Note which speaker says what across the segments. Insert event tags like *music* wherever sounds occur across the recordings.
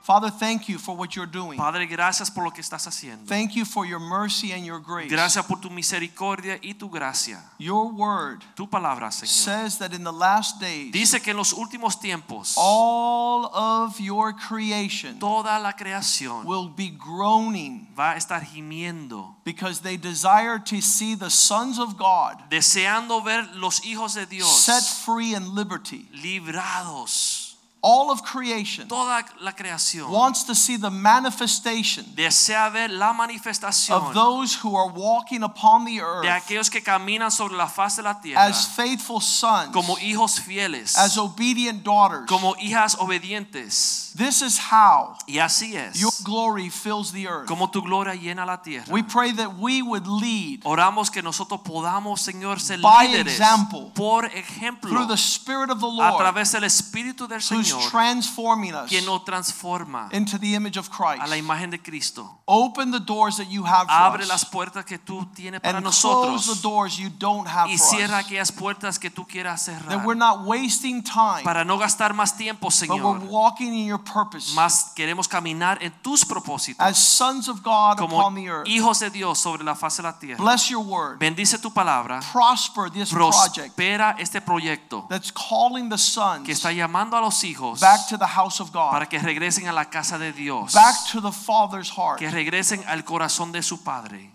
Speaker 1: Father, thank you for what you're doing.
Speaker 2: Padre, gracias por lo que estás haciendo.
Speaker 1: Thank you for your mercy and your grace.
Speaker 2: Gracias por tu misericordia y tu gracia.
Speaker 1: Your word
Speaker 2: Tu palabra, Señor.
Speaker 1: says that in the last days,
Speaker 2: Dice que en los últimos tiempos
Speaker 1: all of your creation
Speaker 2: toda la creación
Speaker 1: will be groaning
Speaker 2: va a estar gimiendo,
Speaker 1: because they desire to see the sons of God
Speaker 2: deseando ver los hijos de Dios
Speaker 1: set free in liberty.
Speaker 2: librados.
Speaker 1: All of creation
Speaker 2: Toda la creación
Speaker 1: wants to see the manifestation
Speaker 2: desea ver la
Speaker 1: of
Speaker 2: manifestación
Speaker 1: those who are walking upon the
Speaker 2: de
Speaker 1: earth
Speaker 2: aquellos que caminan sobre la faz de la tierra
Speaker 1: as faithful sons,
Speaker 2: como hijos fieles,
Speaker 1: as obedient daughters.
Speaker 2: como hijas obedientes.
Speaker 1: This is how
Speaker 2: Y así es
Speaker 1: your glory fills the earth.
Speaker 2: como tu gloria llena la tierra.
Speaker 1: We pray that we would lead
Speaker 2: Oramos que nosotros podamos, Señor, ser
Speaker 1: By
Speaker 2: líderes
Speaker 1: example.
Speaker 2: por ejemplo
Speaker 1: through the Spirit of the
Speaker 2: a
Speaker 1: Lord
Speaker 2: través del Espíritu del
Speaker 1: who's
Speaker 2: Señor
Speaker 1: transforming us
Speaker 2: quien nos transforma
Speaker 1: into the image of
Speaker 2: a la
Speaker 1: Christ.
Speaker 2: imagen de Cristo.
Speaker 1: Open the doors that you have for
Speaker 2: Abre las
Speaker 1: us
Speaker 2: puertas que tú tienes para
Speaker 1: and close the
Speaker 2: nosotros
Speaker 1: doors you don't have
Speaker 2: y
Speaker 1: for
Speaker 2: cierra
Speaker 1: us.
Speaker 2: aquellas puertas que tú quieras cerrar
Speaker 1: That we're not wasting time,
Speaker 2: para no gastar más tiempo,
Speaker 1: but we're
Speaker 2: Señor.
Speaker 1: walking in your purpose
Speaker 2: Más queremos caminar en tus propósitos
Speaker 1: as sons of God
Speaker 2: como
Speaker 1: upon the earth.
Speaker 2: hijos de Dios sobre la faz de la tierra.
Speaker 1: Bless your word.
Speaker 2: Bendice tu palabra.
Speaker 1: Prosper this project
Speaker 2: Prospera este proyecto
Speaker 1: that's calling the
Speaker 2: que
Speaker 1: sons
Speaker 2: está llamando a los hijos
Speaker 1: back to the house of God,
Speaker 2: para que regresen a la casa de Dios,
Speaker 1: back to the Father's heart,
Speaker 2: que regresen al corazón de su Padre,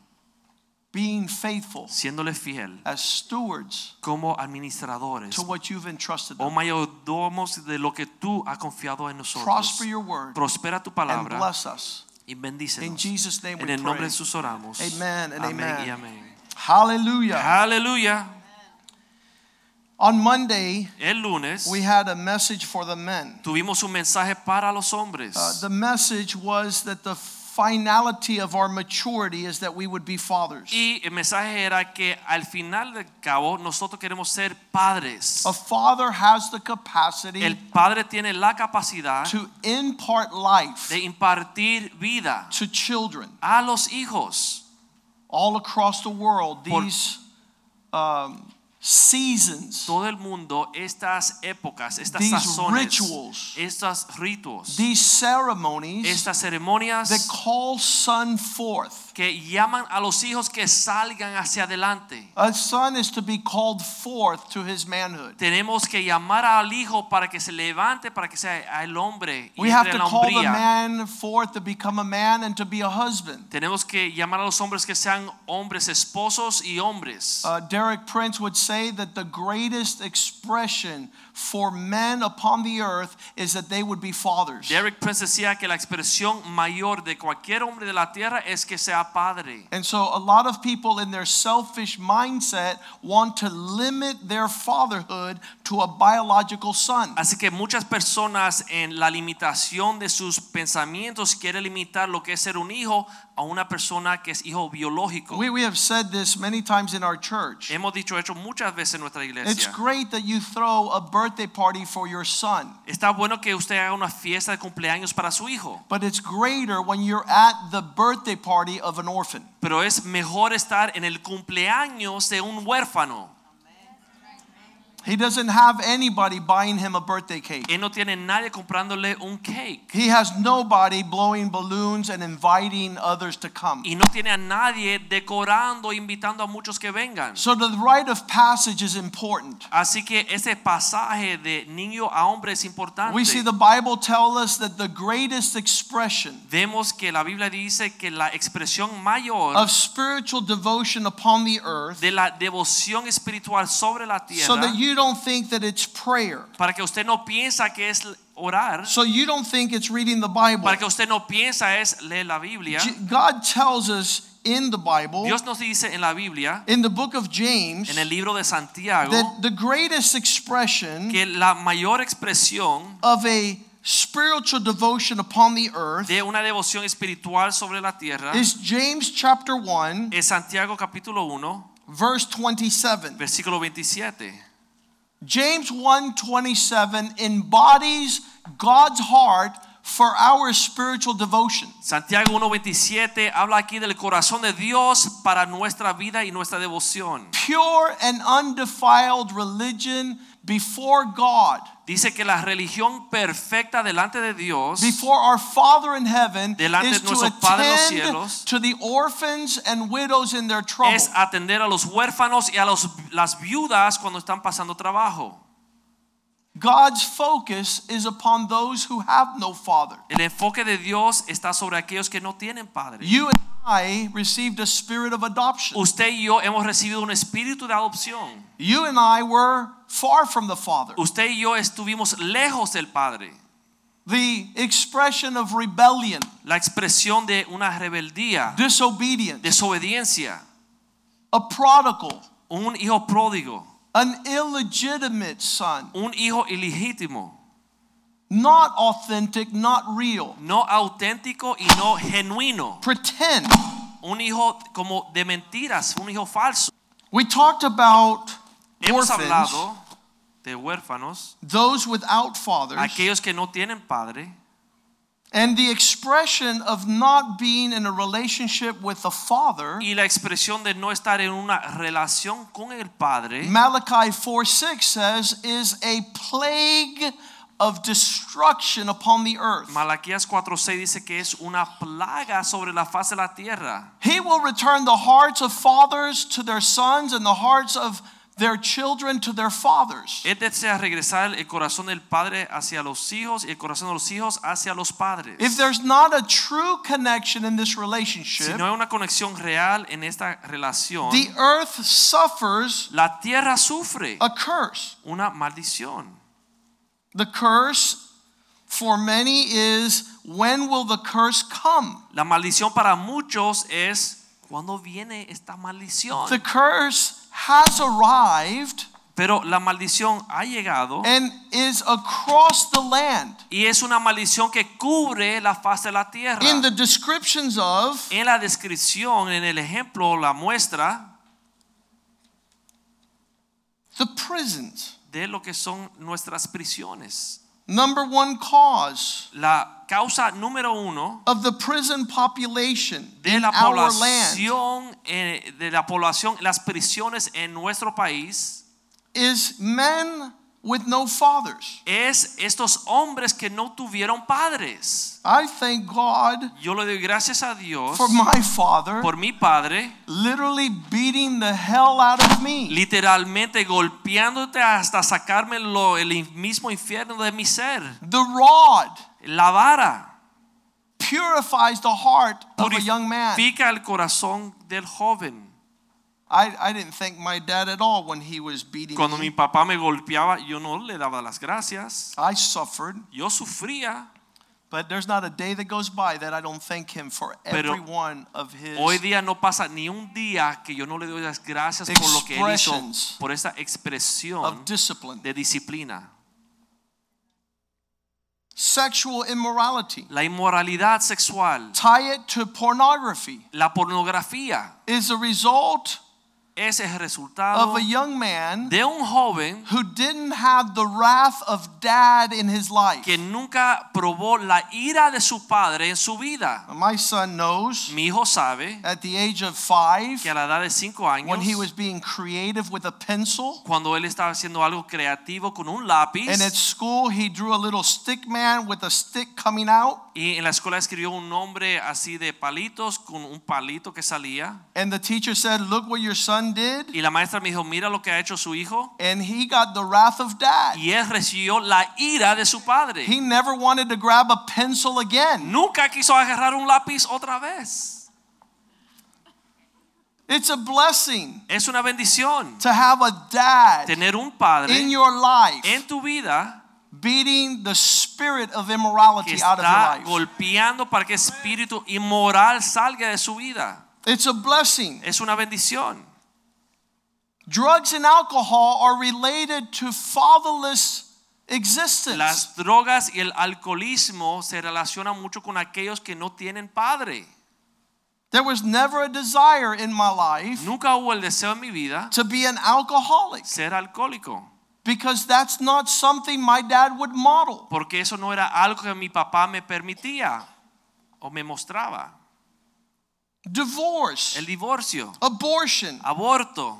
Speaker 1: being faithful
Speaker 2: siéndole fiel
Speaker 1: as stewards
Speaker 2: como administradores
Speaker 1: to what you've entrusted
Speaker 2: o
Speaker 1: them.
Speaker 2: mayordomos de lo que tú has confiado en nosotros.
Speaker 1: Prosper your word
Speaker 2: Prospera tu
Speaker 1: and
Speaker 2: palabra
Speaker 1: bless us.
Speaker 2: y
Speaker 1: In
Speaker 2: bendícenos.
Speaker 1: Jesus' name
Speaker 2: En
Speaker 1: we
Speaker 2: el nombre de
Speaker 1: pray.
Speaker 2: Jesús oramos.
Speaker 1: Amen and
Speaker 2: amén y
Speaker 1: amen.
Speaker 2: amén.
Speaker 1: Hallelujah.
Speaker 2: Aleluya.
Speaker 1: On Monday,
Speaker 2: El lunes
Speaker 1: we had a message for the men.
Speaker 2: tuvimos un mensaje para los hombres.
Speaker 1: Uh, the message was that the finality of our maturity is that we would be fathers.
Speaker 2: y el mensaje era que al final del cabo nosotros queremos ser padres.
Speaker 1: A father has the capacity
Speaker 2: El padre tiene la capacidad
Speaker 1: to impart
Speaker 2: de
Speaker 1: life
Speaker 2: impartir vida
Speaker 1: to children
Speaker 2: a los hijos.
Speaker 1: all across the world.
Speaker 2: Por-
Speaker 1: These um, seasons,
Speaker 2: Todo el mundo, estas épocas, estas
Speaker 1: These
Speaker 2: sazones,
Speaker 1: rituals.
Speaker 2: estos ritos,
Speaker 1: these ceremonies
Speaker 2: estas
Speaker 1: that
Speaker 2: ceremonias
Speaker 1: call son forth.
Speaker 2: que llaman a los hijos que salgan hacia adelante.
Speaker 1: A son is to be called forth to his manhood.
Speaker 2: Tenemos que llamar al hijo para que se levante, para que sea el hombre y
Speaker 1: We have
Speaker 2: entre
Speaker 1: to
Speaker 2: en la
Speaker 1: call the
Speaker 2: hombría.
Speaker 1: man forth to become a man and to be a husband.
Speaker 2: Tenemos que llamar a los hombres que sean hombres, esposos y hombres.
Speaker 1: Uh, Derek Prince would say that the greatest expression for men upon the earth is that they would be fathers.
Speaker 2: Derek Prince decía que la expresión mayor de cualquier hombre de la tierra es que sea padre.
Speaker 1: And so, a lot of people in their selfish mindset want to limit their fatherhood to a biological son.
Speaker 2: Así que muchas personas en la limitación de sus pensamientos quieren limitar lo que es ser un hijo a una persona que es hijo biológico.
Speaker 1: We, we have said this many times in our church.
Speaker 2: Hemos dicho esto muchas veces en nuestra
Speaker 1: It's
Speaker 2: iglesia.
Speaker 1: great that you throw a birthday party for your son,
Speaker 2: Está bueno que usted haga una fiesta de cumpleaños para su hijo,
Speaker 1: but it's greater when you're at the birthday party of an orphan.
Speaker 2: pero es mejor estar en el cumpleaños de un huérfano.
Speaker 1: He doesn't have anybody buying him a birthday cake.
Speaker 2: Él no tiene nadie comprándole un cake
Speaker 1: He has nobody blowing balloons and inviting others to come.
Speaker 2: y no tiene a nadie decorando, invitando a muchos que vengan.
Speaker 1: So the rite of passage is important.
Speaker 2: Así que ese pasaje de niño a hombre es importante.
Speaker 1: We see the Bible tell us that the greatest expression
Speaker 2: Vemos que la Biblia dice que la expresión mayor
Speaker 1: of spiritual devotion upon the earth
Speaker 2: de la devoción espiritual sobre la
Speaker 1: so
Speaker 2: tierra
Speaker 1: that you don't think that it's prayer.
Speaker 2: para que usted no piensa que es orar,
Speaker 1: So you don't think it's reading the Bible.
Speaker 2: para que usted no piensa es leer la Biblia.
Speaker 1: J- God tells us in the Bible,
Speaker 2: Dios nos dice en la Biblia,
Speaker 1: in the book of James,
Speaker 2: en el libro de Santiago,
Speaker 1: that the greatest expression
Speaker 2: que la mayor expresión
Speaker 1: of a spiritual devotion upon the earth
Speaker 2: de una devoción espiritual sobre la tierra
Speaker 1: is James chapter 1,
Speaker 2: es Santiago capítulo 1,
Speaker 1: verse 27.
Speaker 2: versículo 27.
Speaker 1: James 1:27 embodies God's heart for our spiritual devotion.
Speaker 2: Santiago 1.27 habla aquí del corazón de Dios para nuestra vida y nuestra devoción.
Speaker 1: Pure and undefiled religion before God,
Speaker 2: Dice que la religión perfecta delante de Dios
Speaker 1: before our Father in heaven,
Speaker 2: Delante
Speaker 1: is
Speaker 2: de
Speaker 1: to
Speaker 2: nuestro Padre en los
Speaker 1: attend
Speaker 2: cielos.
Speaker 1: to the orphans and widows in their trouble.
Speaker 2: es atender a los huérfanos y a los, las viudas cuando están pasando trabajo.
Speaker 1: God's focus is upon those who have no father.
Speaker 2: El enfoque de Dios está sobre aquellos que no tienen padre.
Speaker 1: You and I received a spirit of adoption.
Speaker 2: Usted y yo hemos recibido un espíritu de adopción.
Speaker 1: You and I were far from the father.
Speaker 2: Usted y yo estuvimos lejos del Padre.
Speaker 1: The expression of rebellion,
Speaker 2: La expresión de una rebeldía,
Speaker 1: disobedience,
Speaker 2: desobediencia,
Speaker 1: a prodigal,
Speaker 2: un hijo pródigo,
Speaker 1: an illegitimate son,
Speaker 2: un hijo ilegítimo,
Speaker 1: not authentic, not real.
Speaker 2: no auténtico y no genuino,
Speaker 1: Pretend.
Speaker 2: un hijo como de mentiras, un hijo falso.
Speaker 1: We talked about
Speaker 2: Hemos
Speaker 1: orphans,
Speaker 2: hablado de huérfanos,
Speaker 1: those without fathers,
Speaker 2: aquellos que no tienen padre,
Speaker 1: and the expression of not being in a relationship with a father.
Speaker 2: y la expresión de no estar en una relación con el Padre.
Speaker 1: Malachi 4 6 says, is a plague of destruction upon the earth.
Speaker 2: Malaquías 4:6 dice que es una plaga sobre la faz de la tierra.
Speaker 1: He will return the hearts of fathers to their sons and the hearts of their children to their fathers.
Speaker 2: Él desea regresar el corazón del padre hacia los hijos y el corazón de los hijos hacia los padres.
Speaker 1: If there's not a true connection in this
Speaker 2: si
Speaker 1: relationship,
Speaker 2: no hay una conexión real en esta relación,
Speaker 1: the earth suffers
Speaker 2: la tierra sufre
Speaker 1: a curse.
Speaker 2: una maldición.
Speaker 1: The curse for many is when will the curse come?
Speaker 2: La maldición para muchos es cuando viene esta maldición.
Speaker 1: The curse has arrived
Speaker 2: Pero la maldición ha llegado
Speaker 1: and is across the land.
Speaker 2: y es una maldición que cubre la faz de la tierra.
Speaker 1: In the descriptions of
Speaker 2: en la descripción, en el ejemplo, la muestra
Speaker 1: the prisons.
Speaker 2: de lo que son nuestras prisiones.
Speaker 1: Number one cause
Speaker 2: La causa número uno
Speaker 1: of the prison population
Speaker 2: de
Speaker 1: in
Speaker 2: la
Speaker 1: our land
Speaker 2: población, eh, de la población, las prisiones en nuestro país
Speaker 1: is men with no fathers.
Speaker 2: es estos hombres que no tuvieron padres.
Speaker 1: I thank God
Speaker 2: Yo le doy gracias a Dios
Speaker 1: for my father
Speaker 2: por mi padre,
Speaker 1: literally beating the hell out of me.
Speaker 2: literalmente golpeándote hasta sacarme lo- el in- mismo infierno de mi ser.
Speaker 1: The rod
Speaker 2: La vara
Speaker 1: purifies the heart of a young man.
Speaker 2: purifica el corazón del joven.
Speaker 1: I, I didn't thank my dad at all when he was beating
Speaker 2: Cuando mi
Speaker 1: me.
Speaker 2: papá me golpeaba, yo no le daba las gracias.
Speaker 1: I suffered,
Speaker 2: Yo sufría,
Speaker 1: but there's not a day that goes by that I don't thank him for
Speaker 2: Pero
Speaker 1: every one of his
Speaker 2: hoy día no pasa ni un día que yo no le doy las gracias por lo que él hizo,
Speaker 1: Expressions
Speaker 2: por esa
Speaker 1: of
Speaker 2: expresión
Speaker 1: discipline.
Speaker 2: de disciplina.
Speaker 1: Sexual immorality.
Speaker 2: La inmoralidad sexual,
Speaker 1: Tie it to pornography
Speaker 2: la pornografía,
Speaker 1: is a result
Speaker 2: ese es el
Speaker 1: of
Speaker 2: resultado
Speaker 1: a young man
Speaker 2: de un joven
Speaker 1: who didn't have the wrath of dad in his life.
Speaker 2: que nunca probó la ira de su padre en su vida.
Speaker 1: My son knows
Speaker 2: Mi hijo sabe
Speaker 1: at the age of five,
Speaker 2: que a la edad de 5 años,
Speaker 1: when he was being creative with a pencil,
Speaker 2: cuando él estaba haciendo algo creativo con un lápiz,
Speaker 1: and at school he drew a little stick man with a stick coming out,
Speaker 2: y en la escuela escribió un nombre así de palitos con un palito que salía.
Speaker 1: and the teacher said, Look what your son did.
Speaker 2: Y la maestra me dijo, mira lo que ha hecho su hijo.
Speaker 1: And he got the wrath of dad.
Speaker 2: Y él recibió la ira de su padre.
Speaker 1: He never wanted to grab a pencil again.
Speaker 2: Nunca quiso agarrar un lápiz otra vez.
Speaker 1: It's a blessing
Speaker 2: Es una bendición
Speaker 1: to have a dad
Speaker 2: tener un padre
Speaker 1: in your life
Speaker 2: en tu vida
Speaker 1: beating the spirit of
Speaker 2: que
Speaker 1: immorality out of
Speaker 2: está
Speaker 1: your life.
Speaker 2: golpeando para que espíritu inmoral salga de su vida.
Speaker 1: It's a blessing.
Speaker 2: Es una bendición.
Speaker 1: Drugs and alcohol are related to fatherless existence.
Speaker 2: Las drogas y el alcoholismo se relacionan mucho con aquellos que no tienen padre.
Speaker 1: There was never a desire in my life
Speaker 2: Nunca hubo el deseo en mi vida
Speaker 1: to be an alcoholic
Speaker 2: ser alcohólico,
Speaker 1: because that's not something my dad would model.
Speaker 2: porque eso no era algo que mi papá me permitía o me mostraba.
Speaker 1: Divorce,
Speaker 2: El divorcio,
Speaker 1: abortion,
Speaker 2: aborto,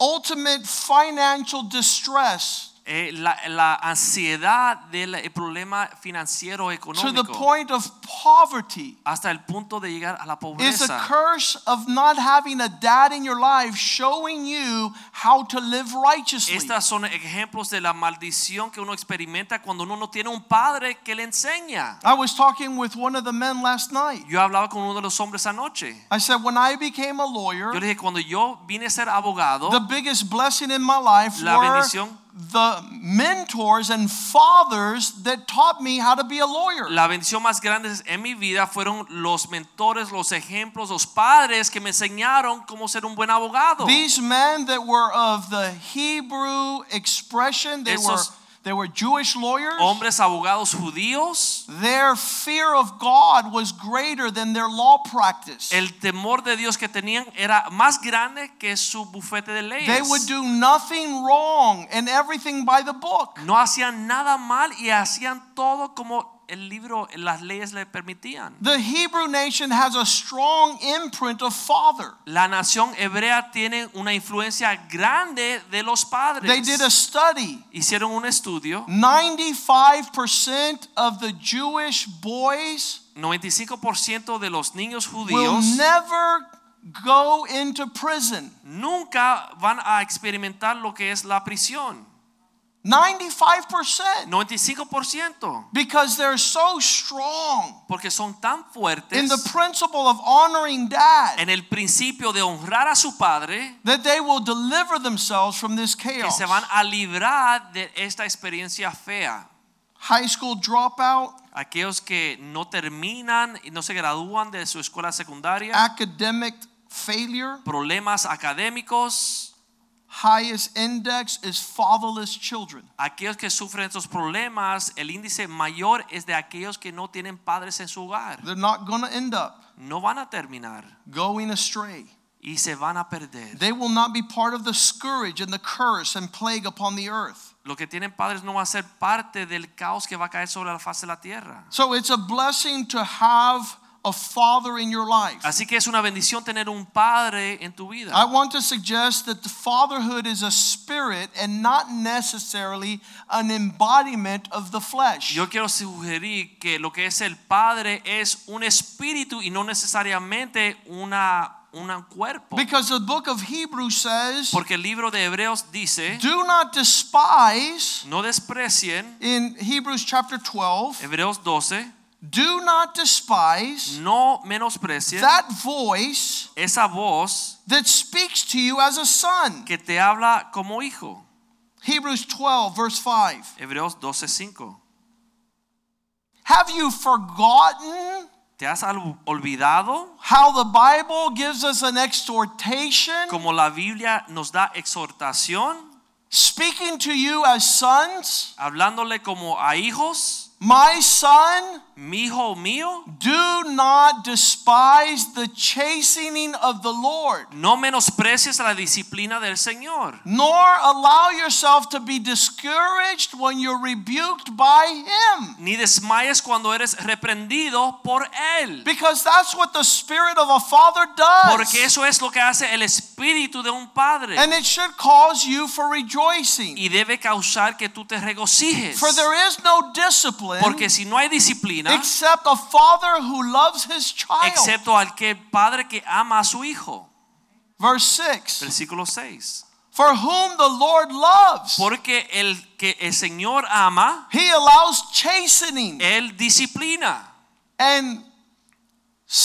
Speaker 1: ultimate financial distress
Speaker 2: eh, la, la ansiedad del el problema financiero
Speaker 1: to the
Speaker 2: económico
Speaker 1: point of poverty
Speaker 2: hasta el punto de llegar a la
Speaker 1: is a
Speaker 2: pobreza.
Speaker 1: curse of not having a dad in your life showing you how to live righteously.
Speaker 2: Estas son ejemplos de la maldición que uno experimenta cuando uno no tiene un padre que le enseña.
Speaker 1: I was talking with one of the men last night.
Speaker 2: Yo hablaba con uno de los hombres anoche.
Speaker 1: I said, when I became a lawyer,
Speaker 2: Yo le dije, cuando yo vine a ser abogado,
Speaker 1: the biggest blessing in my life
Speaker 2: La
Speaker 1: were
Speaker 2: bendición.
Speaker 1: the mentors and fathers that taught me how to be a lawyer.
Speaker 2: la bendición más grande en mi vida fueron los mentores, los ejemplos, los padres que me enseñaron cómo ser un buen abogado.
Speaker 1: These men that were of the Hebrew expression, they
Speaker 2: Esos-
Speaker 1: were they were Jewish lawyers.
Speaker 2: Hombres abogados judíos,
Speaker 1: Their fear of God was greater than their law practice.
Speaker 2: el temor de Dios que tenían era más grande que su bufete de
Speaker 1: They
Speaker 2: leyes.
Speaker 1: would do nothing wrong and everything by the book.
Speaker 2: No hacían nada mal y hacían todo como el libro, las leyes le permitían.
Speaker 1: The Hebrew nation has a strong imprint of father.
Speaker 2: La nación hebrea tiene una influencia grande de los
Speaker 1: They did a
Speaker 2: padres.
Speaker 1: study.
Speaker 2: Hicieron un estudio.
Speaker 1: 95% of the Jewish boys
Speaker 2: 95% de los niños
Speaker 1: will
Speaker 2: judíos
Speaker 1: never go into prison.
Speaker 2: nunca van a experimentar lo que es la prisión.
Speaker 1: 95%
Speaker 2: 95%
Speaker 1: because they're so strong
Speaker 2: porque son tan
Speaker 1: in
Speaker 2: fuertes
Speaker 1: the principle of honoring dad
Speaker 2: en el principio de honrar a su padre
Speaker 1: that they will deliver themselves from this
Speaker 2: que
Speaker 1: chaos.
Speaker 2: se van a librar de esta experiencia fea.
Speaker 1: High school dropout,
Speaker 2: Aquellos que no terminan y no se gradúan de su escuela
Speaker 1: Ah.
Speaker 2: secundaria,
Speaker 1: academic failure,
Speaker 2: problemas académicos,
Speaker 1: highest index is fatherless children.
Speaker 2: aquellos que sufren estos problemas, el índice mayor es de aquellos que no tienen padres en su hogar.
Speaker 1: They're not going to end up
Speaker 2: No van a terminar
Speaker 1: going astray.
Speaker 2: y se van a perder.
Speaker 1: They will not be part of the scourge and the curse and plague upon the earth.
Speaker 2: Lo que tienen padres no va a ser parte del caos que va a caer sobre la faz de la tierra.
Speaker 1: So it's a blessing to have a father in your life.
Speaker 2: Así que es una bendición tener un padre en tu vida.
Speaker 1: I want to suggest that the fatherhood is a spirit and not necessarily an embodiment of the flesh.
Speaker 2: Yo quiero sugerir que lo que es el padre es un espíritu y no necesariamente una, una cuerpo.
Speaker 1: Because the book of Hebrews says,
Speaker 2: Porque el libro de Hebreos dice,
Speaker 1: do not despise,
Speaker 2: no desprecien,
Speaker 1: in Hebrews chapter 12,
Speaker 2: Hebreos 12,
Speaker 1: do not despise
Speaker 2: no menosprecien
Speaker 1: that voice
Speaker 2: esa voz
Speaker 1: that speaks to you as a son.
Speaker 2: que te habla como hijo.
Speaker 1: Hebrews 12, verse 5.
Speaker 2: Hebreos 12, 5.
Speaker 1: Have you forgotten
Speaker 2: ¿Te has al- olvidado?
Speaker 1: how the Bible gives us an exhortation,
Speaker 2: como la Biblia nos da exhortación,
Speaker 1: speaking to you as sons?
Speaker 2: hablándole como a hijos,
Speaker 1: My son,
Speaker 2: mi hijo mío,
Speaker 1: do not despise the chastening of the Lord,
Speaker 2: no menosprecies la disciplina del Señor,
Speaker 1: nor allow yourself to be discouraged when you're rebuked by him.
Speaker 2: ni desmayes cuando eres reprendido por él,
Speaker 1: Because that's what the spirit of a father
Speaker 2: porque
Speaker 1: does.
Speaker 2: eso es lo que hace el espíritu de un padre
Speaker 1: And it should cause you for rejoicing.
Speaker 2: y debe causar que tú te regocijes,
Speaker 1: For there is no discipline
Speaker 2: porque si no hay disciplina,
Speaker 1: except a father who loves his child.
Speaker 2: excepto al que padre que ama a su hijo,
Speaker 1: Verse 6
Speaker 2: versículo 6,
Speaker 1: For whom the Lord loves,
Speaker 2: porque el que el Señor ama,
Speaker 1: he allows chastening
Speaker 2: él disciplina.
Speaker 1: and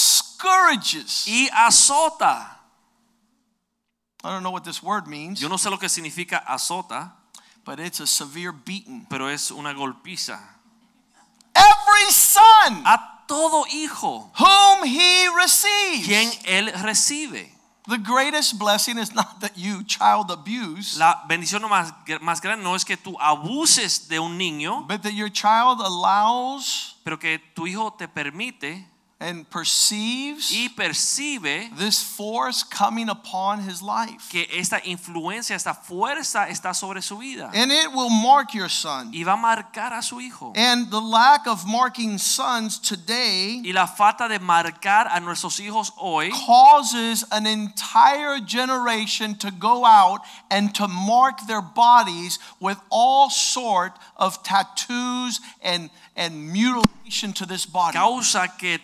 Speaker 1: scourges.
Speaker 2: y azota.
Speaker 1: I don't know what this word means,
Speaker 2: Yo no sé lo que significa azota,
Speaker 1: but it's a severe beating.
Speaker 2: pero es una golpiza.
Speaker 1: Every son
Speaker 2: A todo hijo
Speaker 1: whom he receives.
Speaker 2: quien él recibe.
Speaker 1: The greatest blessing is not that you child abuse,
Speaker 2: La bendición más, más grande no es que tú abuses de un niño,
Speaker 1: but that your child allows
Speaker 2: pero que tu hijo te permite
Speaker 1: and perceives
Speaker 2: y percibe
Speaker 1: this force coming upon his life.
Speaker 2: que esta influencia, esta fuerza está sobre su vida
Speaker 1: And it will mark your son.
Speaker 2: y va a marcar a su hijo.
Speaker 1: And the lack of marking sons today
Speaker 2: Y la falta de marcar a nuestros hijos hoy
Speaker 1: causes an entire generation to go out and to mark their bodies with all sort of tattoos and, and mutilation to this body.
Speaker 2: causa que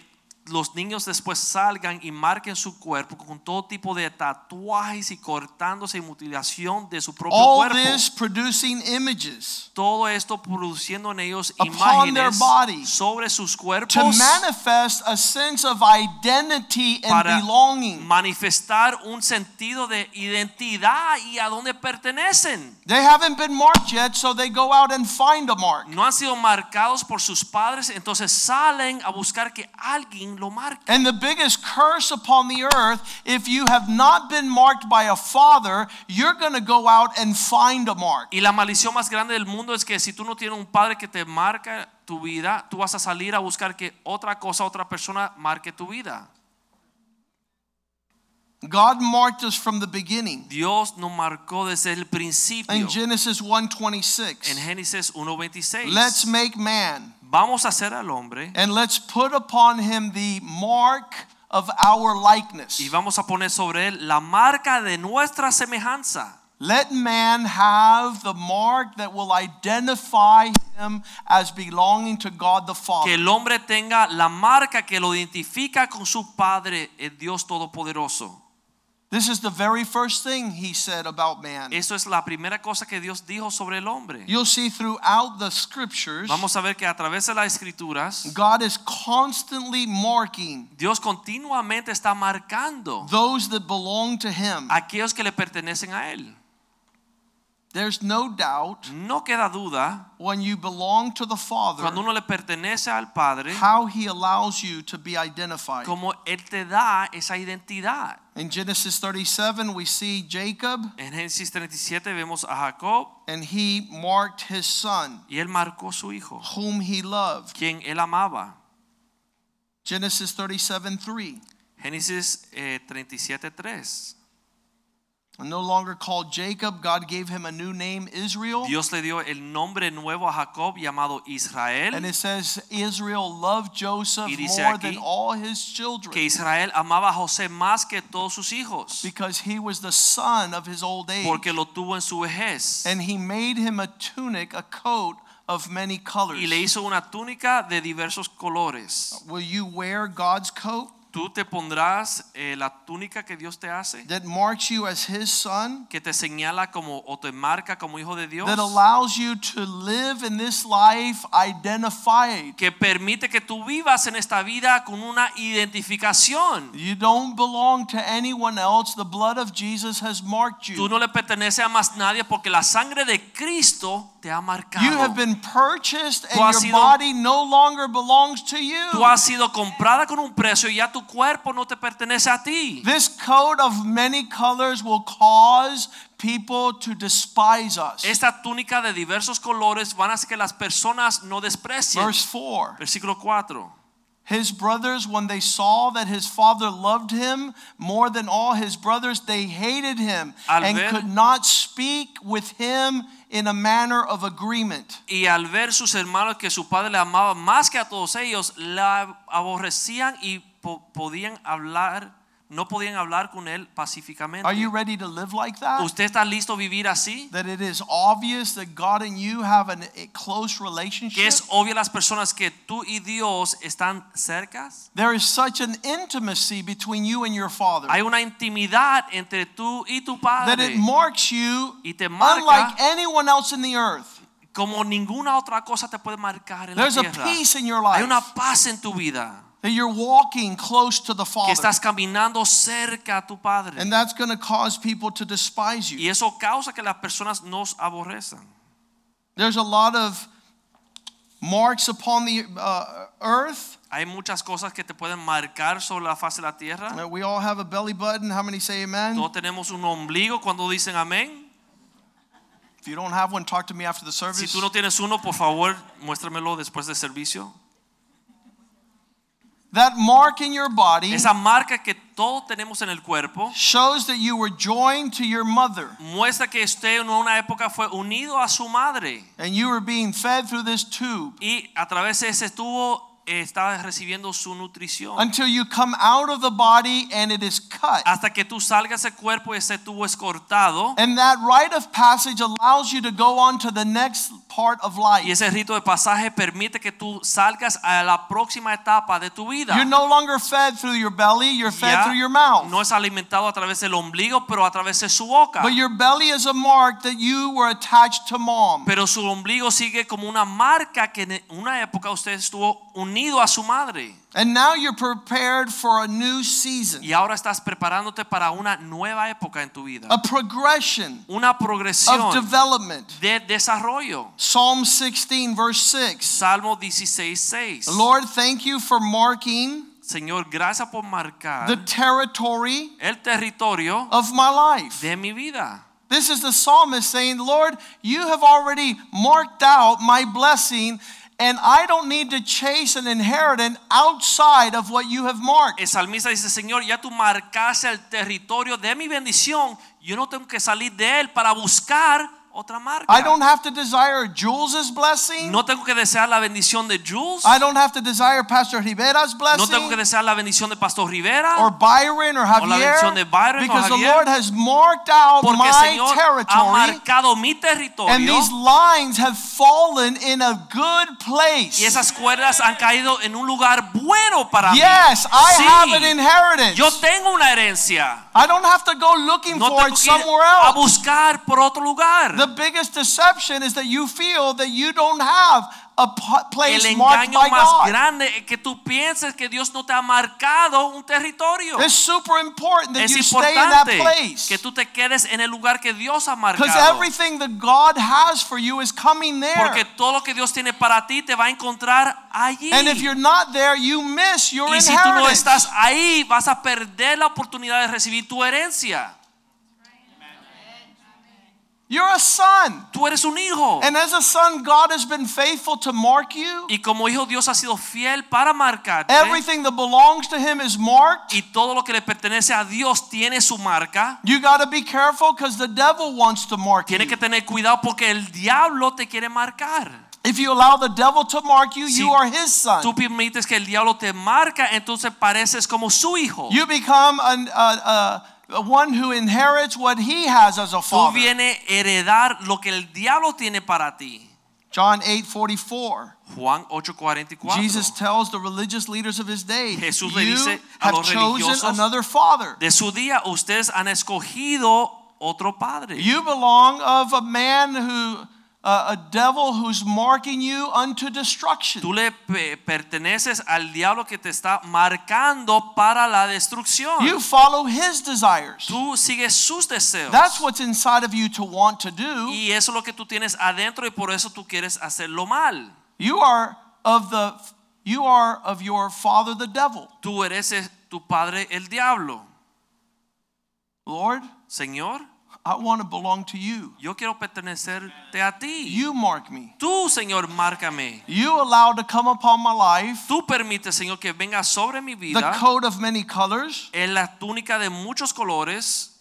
Speaker 2: los niños después salgan y marquen su cuerpo con todo tipo de tatuajes y cortándose y mutilación de su propio
Speaker 1: All
Speaker 2: cuerpo.
Speaker 1: this producing images
Speaker 2: todo esto produciendo en ellos
Speaker 1: Upon their
Speaker 2: imágenes
Speaker 1: body.
Speaker 2: sobre
Speaker 1: to
Speaker 2: sus cuerpos
Speaker 1: manifest a sense of identity and
Speaker 2: para
Speaker 1: belonging.
Speaker 2: manifestar un sentido de identidad y a dónde pertenecen.
Speaker 1: They haven't been marked yet, so they go out and find a mark.
Speaker 2: No han sido marcados por sus padres, entonces salen a buscar que alguien lo marque.
Speaker 1: And the biggest curse upon the earth, if you have not been marked by a father, you're going to go out and find a mark.
Speaker 2: Y la maldición más grande del mundo es que si tú no tienes un padre que te marca tu vida, tú vas a salir a buscar que otra cosa, otra persona marque tu vida.
Speaker 1: God marked us from the beginning.
Speaker 2: Dios nos marcó desde el principio.
Speaker 1: In Genesis
Speaker 2: En
Speaker 1: 1:26,
Speaker 2: Génesis 1:26.
Speaker 1: let's make man
Speaker 2: Vamos a hacer al hombre
Speaker 1: and let's put upon him the mark of our likeness.
Speaker 2: y vamos a poner sobre él la marca de nuestra semejanza.
Speaker 1: Let man have the mark that will identify him as belonging to God the
Speaker 2: Que
Speaker 1: Father.
Speaker 2: el hombre tenga la marca que lo identifica con su Padre, el Dios Todopoderoso.
Speaker 1: This is the very first thing he said about man.
Speaker 2: Eso es la primera cosa que Dios dijo sobre el hombre.
Speaker 1: You'll see throughout the scriptures,
Speaker 2: Vamos a ver que a través de las escrituras,
Speaker 1: God is constantly marking
Speaker 2: Dios continuamente está marcando
Speaker 1: those that belong to Him.
Speaker 2: a aquellos que le pertenecen a Él.
Speaker 1: There's no doubt
Speaker 2: No queda duda,
Speaker 1: when you belong to the
Speaker 2: cuando
Speaker 1: Father
Speaker 2: uno le pertenece al Padre,
Speaker 1: how He allows you to be identified.
Speaker 2: como Él te da esa identidad.
Speaker 1: In Genesis 37, we see Jacob
Speaker 2: En Génesis 37 vemos a Jacob
Speaker 1: and he marked his son,
Speaker 2: y él marcó su hijo,
Speaker 1: whom he loved.
Speaker 2: quien él amaba.
Speaker 1: Genesis 37 3.
Speaker 2: Génesis eh, 37:3.
Speaker 1: No longer called Jacob, God gave him a new name, Israel.
Speaker 2: Dios le dio el nombre nuevo a Jacob llamado
Speaker 1: And
Speaker 2: Israel,
Speaker 1: it says Israel loved Joseph
Speaker 2: Y dice
Speaker 1: more
Speaker 2: aquí
Speaker 1: than all his children.
Speaker 2: que Israel amaba a José más que todos sus hijos,
Speaker 1: because he was the son of his old age.
Speaker 2: porque lo tuvo en su vejez
Speaker 1: and he made him a tunic, a coat of many colors.
Speaker 2: y le hizo una túnica de diversos colores.
Speaker 1: Will you wear God's coat
Speaker 2: Tú te pondrás eh, la túnica que Dios te hace,
Speaker 1: that marks you as his son,
Speaker 2: que te señala como o te marca como hijo de Dios,
Speaker 1: that allows you to live in this life identified?
Speaker 2: que permite que tú vivas en esta vida con una identificación.
Speaker 1: You don't belong to anyone else. The blood of Jesus has marked
Speaker 2: Tú
Speaker 1: you.
Speaker 2: no le perteneces a más nadie porque la sangre de Cristo te
Speaker 1: You
Speaker 2: ha
Speaker 1: have
Speaker 2: marcado.
Speaker 1: been purchased, and
Speaker 2: Tú has
Speaker 1: your
Speaker 2: sido-
Speaker 1: body no longer belongs to you.
Speaker 2: Tú has sido comprada con un precio y ya tu cuerpo no te pertenece a ti.
Speaker 1: This coat of many colors will cause people to despise us.
Speaker 2: Esta túnica de diversos colores van a hacer que las personas no desprecien.
Speaker 1: Verse 4
Speaker 2: Versículo 4.
Speaker 1: His brothers, when they saw that his father loved him more than all his brothers, they hated him
Speaker 2: Al
Speaker 1: and
Speaker 2: ver-
Speaker 1: could not speak with him in a manner of agreement.
Speaker 2: Y al ver sus hermanos que su padre le amaba más que a todos ellos, la aborrecían y po- podían hablar, no podían hablar con él pacíficamente.
Speaker 1: Are you ready to live like that?
Speaker 2: ¿Usted está listo a vivir así?
Speaker 1: That it is obvious that God and you have an- a close
Speaker 2: que
Speaker 1: relationship.
Speaker 2: es obvio a las personas que tú y Dios están cercas.
Speaker 1: There is such an intimacy between you and your father
Speaker 2: Hay una intimidad entre tú y tu
Speaker 1: that it
Speaker 2: padre
Speaker 1: marks you
Speaker 2: y te
Speaker 1: unlike
Speaker 2: marca
Speaker 1: anyone else in the earth.
Speaker 2: como ninguna otra cosa te puede marcar en la
Speaker 1: There's a
Speaker 2: tierra.
Speaker 1: peace in your
Speaker 2: Hay
Speaker 1: life
Speaker 2: una paz en tu vida
Speaker 1: that you're walking close to the
Speaker 2: que
Speaker 1: Father,
Speaker 2: estás caminando cerca a tu padre
Speaker 1: and that's going to cause people to despise
Speaker 2: y
Speaker 1: you.
Speaker 2: eso causa que las personas nos aborrezcan.
Speaker 1: There's a lot of marks upon the uh, earth.
Speaker 2: Hay muchas cosas que te pueden marcar sobre la faz de la tierra.
Speaker 1: Uh, We all have a belly button. How many say amen?
Speaker 2: Todos tenemos un ombligo cuando dicen amén.
Speaker 1: If you don't have one, talk to me after the
Speaker 2: Si
Speaker 1: service.
Speaker 2: tú no tienes uno, por favor, muéstramelo después del servicio.
Speaker 1: That mark in your body
Speaker 2: Esa marca que todos tenemos en el cuerpo
Speaker 1: shows that you were joined to your mother
Speaker 2: muestra que usted en una época fue unido a su madre
Speaker 1: and you were being fed through this tube
Speaker 2: y a través de ese tubo eh, estaba recibiendo su nutrición.
Speaker 1: until you come out of the body and it is cut.
Speaker 2: Hasta que tú salgas del cuerpo y ese tubo es cortado.
Speaker 1: And that rite of passage allows you to go on to the next part of
Speaker 2: Y
Speaker 1: life.
Speaker 2: ese rito de pasaje permite que tú salgas a la próxima etapa de tu vida.
Speaker 1: You're no longer fed through your belly, you're fed
Speaker 2: Ya
Speaker 1: through your mouth.
Speaker 2: No es alimentado a través del ombligo, pero a través de su boca.
Speaker 1: But your belly is a mark that you were attached to mom.
Speaker 2: Pero su ombligo sigue como una marca que en una época usted estuvo unido a su madre.
Speaker 1: And now you're prepared for a new season,
Speaker 2: Y ahora estás preparándote para una nueva época en tu vida.
Speaker 1: a progression
Speaker 2: Una
Speaker 1: of
Speaker 2: progresión
Speaker 1: development.
Speaker 2: de desarrollo.
Speaker 1: Psalm 16, verse 6.
Speaker 2: Salmo 16:6.
Speaker 1: Lord, thank you for marking
Speaker 2: Señor, gracias por
Speaker 1: the
Speaker 2: marcar
Speaker 1: territory
Speaker 2: el territorio
Speaker 1: of my life.
Speaker 2: de mi vida.
Speaker 1: This is the psalmist saying, Lord, you have already marked out my blessing, and I don't need to chase an inheritance outside of what you have marked.
Speaker 2: El salmista dice, Señor, ya tú marcaste el territorio de mi bendición. Yo no tengo que salir de él para buscar otra marca.
Speaker 1: I don't have to desire Jules' blessing.
Speaker 2: no tengo que desear la bendición de Jules.
Speaker 1: I don't have to desire Pastor Rivera's
Speaker 2: no tengo que
Speaker 1: blessing
Speaker 2: desear la bendición de Pastor Rivera.
Speaker 1: or Byron or Javier
Speaker 2: bendición de Byron o
Speaker 1: because the
Speaker 2: Javier.
Speaker 1: Lord has marked out
Speaker 2: porque
Speaker 1: my
Speaker 2: Señor ha
Speaker 1: territory
Speaker 2: marcado mi
Speaker 1: and
Speaker 2: territorio.
Speaker 1: these lines have fallen in a good place.
Speaker 2: Y esas cuerdas han caído en un lugar bueno para
Speaker 1: yes,
Speaker 2: mí.
Speaker 1: I
Speaker 2: Sí,
Speaker 1: have an inheritance.
Speaker 2: yo tengo una herencia.
Speaker 1: I don't have to go looking
Speaker 2: No
Speaker 1: for
Speaker 2: tengo
Speaker 1: it
Speaker 2: que ir
Speaker 1: somewhere
Speaker 2: a
Speaker 1: else.
Speaker 2: buscar por otro lugar.
Speaker 1: The biggest deception is that you feel that you don't have a po-
Speaker 2: El
Speaker 1: place marked
Speaker 2: engaño
Speaker 1: by
Speaker 2: más
Speaker 1: God.
Speaker 2: grande es que tú pienses que Dios no te ha marcado un territorio.
Speaker 1: It's super important that
Speaker 2: es
Speaker 1: you stay in that
Speaker 2: importante
Speaker 1: place.
Speaker 2: que tú te quedes en el lugar que Dios ha
Speaker 1: Because
Speaker 2: marcado.
Speaker 1: everything that God has for you is coming there.
Speaker 2: Porque todo lo que Dios tiene para ti te va a encontrar allí.
Speaker 1: And if you're not there, you miss your
Speaker 2: y si tú no
Speaker 1: inheritance.
Speaker 2: estás ahí, vas a perder la oportunidad de recibir tu herencia.
Speaker 1: You're a son.
Speaker 2: Tú eres un hijo.
Speaker 1: And as a son, God has been faithful to mark you.
Speaker 2: y como hijo Dios ha sido fiel para marcarte.
Speaker 1: Everything that belongs to Him is marked.
Speaker 2: y todo lo que le pertenece a Dios tiene su marca.
Speaker 1: You got to be careful because the devil wants to mark you.
Speaker 2: Tienes que tener cuidado porque el diablo te quiere marcar.
Speaker 1: If you allow the devil to mark you,
Speaker 2: Si
Speaker 1: you are his son.
Speaker 2: tú permites que el diablo te marca, entonces pareces como su hijo.
Speaker 1: You become an, a, a, a one who inherits what he has as a
Speaker 2: tú
Speaker 1: father.
Speaker 2: vienes a heredar lo que el diablo tiene para ti.
Speaker 1: John 8 44.
Speaker 2: Juan 8:44.
Speaker 1: Jesus tells the religious leaders of his day,
Speaker 2: Jesús le
Speaker 1: You
Speaker 2: dice a
Speaker 1: have
Speaker 2: los
Speaker 1: chosen
Speaker 2: religiosos,
Speaker 1: another father.
Speaker 2: de su día ustedes han escogido otro padre.
Speaker 1: You belong of a man who, uh, a devil who's marking you unto destruction.
Speaker 2: tú le pe- perteneces al diablo que te está marcando para la destrucción.
Speaker 1: You follow his desires.
Speaker 2: tú sigues sus deseos.
Speaker 1: That's what's inside of you to want to do.
Speaker 2: y eso es lo que tú tienes adentro y por eso tú quieres hacerlo mal.
Speaker 1: You are of the, you are of your father the devil.
Speaker 2: Tú eres eh, tu padre el diablo.
Speaker 1: Lord,
Speaker 2: Señor,
Speaker 1: I want to belong to you.
Speaker 2: Yo quiero pertenecerte a ti.
Speaker 1: You mark me.
Speaker 2: Tú, Señor, márcame.
Speaker 1: You allow to come upon my life
Speaker 2: Tú permite, Señor, que venga sobre mi
Speaker 1: the
Speaker 2: vida
Speaker 1: coat of many colors.
Speaker 2: en la túnica de muchos colores.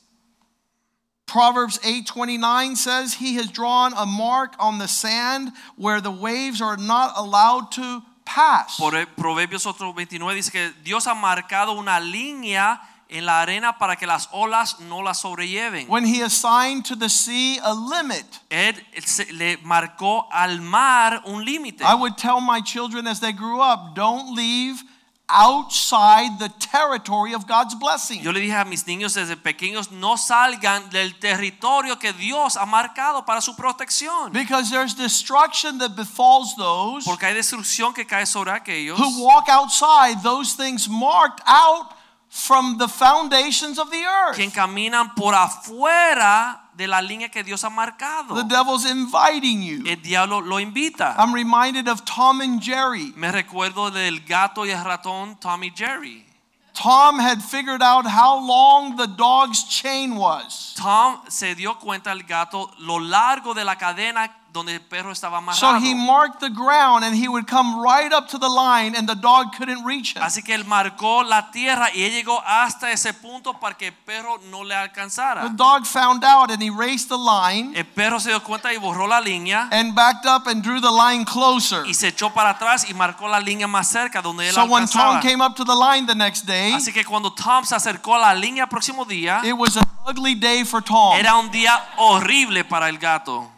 Speaker 1: Proverbs 8:29 says, "He has drawn a mark on the sand where the waves are not allowed to pass."
Speaker 2: Por Proverbios 8:29 dice que Dios ha marcado una línea en la arena para que las olas no la sobrelleven.
Speaker 1: When he assigned to the sea a limit,
Speaker 2: Él, él se- le marcó al mar un límite.
Speaker 1: I would tell my children as they grew up, don't leave outside the territory of God's blessing.
Speaker 2: Yo le dije a mis niños desde pequeños, no salgan del territorio que Dios ha marcado para su protección.
Speaker 1: Because there's destruction that befalls those
Speaker 2: Porque hay destrucción que cae sobre aquellos.
Speaker 1: who walk outside those things marked out from the foundations of the earth.
Speaker 2: quien caminan por afuera de la línea que Dios ha marcado.
Speaker 1: The devil's inviting you.
Speaker 2: El diablo lo invita.
Speaker 1: I'm reminded of Tom and Jerry.
Speaker 2: Me recuerdo del gato y el ratón Tommy Jerry.
Speaker 1: Tom had figured out how long the dog's chain was.
Speaker 2: Tom se dio cuenta el gato lo largo de la cadena donde el perro estaba
Speaker 1: So
Speaker 2: amarrado.
Speaker 1: he marked the ground and he would come right up to the line and the dog couldn't reach him.
Speaker 2: Así que él marcó la tierra y él llegó hasta ese punto para que el perro no le
Speaker 1: The
Speaker 2: alcanzara.
Speaker 1: dog found out and he raced the line
Speaker 2: El perro se dio cuenta y borró la línea
Speaker 1: and backed up and drew the line closer.
Speaker 2: y se echó para atrás y marcó la línea más cerca donde él
Speaker 1: So when Tom
Speaker 2: alcanzaba.
Speaker 1: came up to the line the next day,
Speaker 2: Así que cuando Tom se acercó a la línea el próximo día,
Speaker 1: it was an ugly day for Tom.
Speaker 2: era un día horrible para el gato.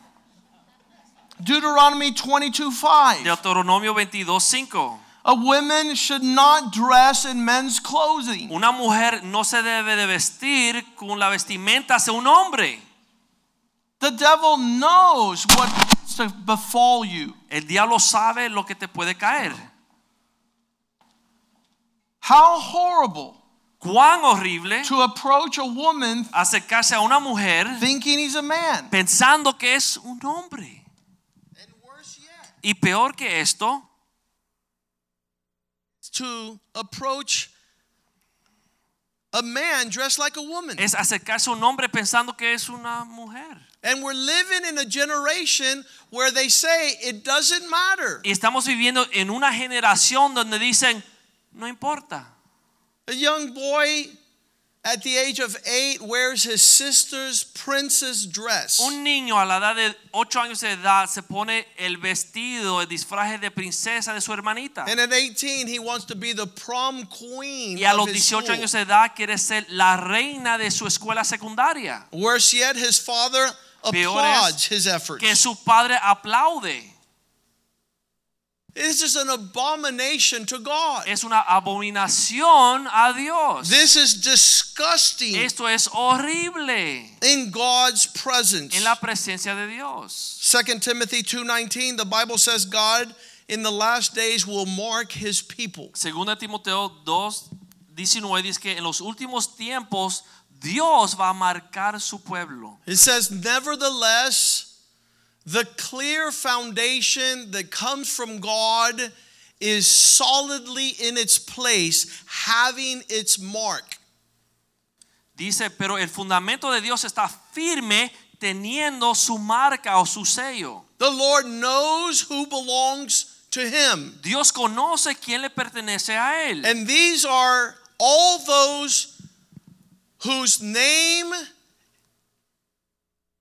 Speaker 1: Deuteronomy 22:5.
Speaker 2: Deuteronomio 22:5.
Speaker 1: A woman should not dress in men's clothing.
Speaker 2: Una mujer no se debe de vestir con la vestimenta de un hombre.
Speaker 1: The devil knows what wants to befall you.
Speaker 2: El diablo sabe lo que te puede caer.
Speaker 1: How horrible
Speaker 2: Cuán horrible
Speaker 1: to approach a woman
Speaker 2: acercarse a una mujer
Speaker 1: thinking he's a man.
Speaker 2: pensando que es un hombre.
Speaker 3: And worse yet,
Speaker 2: Y peor que esto,
Speaker 3: to approach a man dressed like a woman.
Speaker 2: es acercarse a un hombre pensando que es una mujer.
Speaker 3: And we're living in a generation where they say it doesn't matter.
Speaker 2: Y estamos viviendo en una generación donde dicen, no importa.
Speaker 3: A young boy at the age of eight wears his sister's princess dress.
Speaker 2: Un niño a la edad de 8 años de edad se pone el vestido, el disfraje de princesa de su hermanita.
Speaker 3: And at 18, he wants to be the prom queen
Speaker 2: Y a
Speaker 3: of
Speaker 2: los
Speaker 3: his
Speaker 2: 18
Speaker 3: school.
Speaker 2: años de edad quiere ser la reina de su escuela secundaria.
Speaker 3: Worse yet, his father
Speaker 2: Peor
Speaker 3: applauds
Speaker 2: es
Speaker 3: his efforts.
Speaker 2: Que su padre aplaude.
Speaker 3: This is an abomination to God.
Speaker 2: Es una abominación a Dios.
Speaker 3: This is disgusting
Speaker 2: Esto es horrible
Speaker 3: in God's presence.
Speaker 2: en la presencia de Dios.
Speaker 3: 2 Timothy 2:19 the Bible says God in the last days will mark his people.
Speaker 2: Segunda Timoteo 2, 19 dice que en los últimos tiempos Dios va a marcar su pueblo.
Speaker 3: It says nevertheless the clear foundation that comes from God is solidly in its place having its mark.
Speaker 2: Dice, pero el fundamento de Dios está firme teniendo su marca o su sello.
Speaker 3: The Lord knows who belongs to him.
Speaker 2: Dios conoce quién le pertenece a él.
Speaker 3: And these are all those whose name,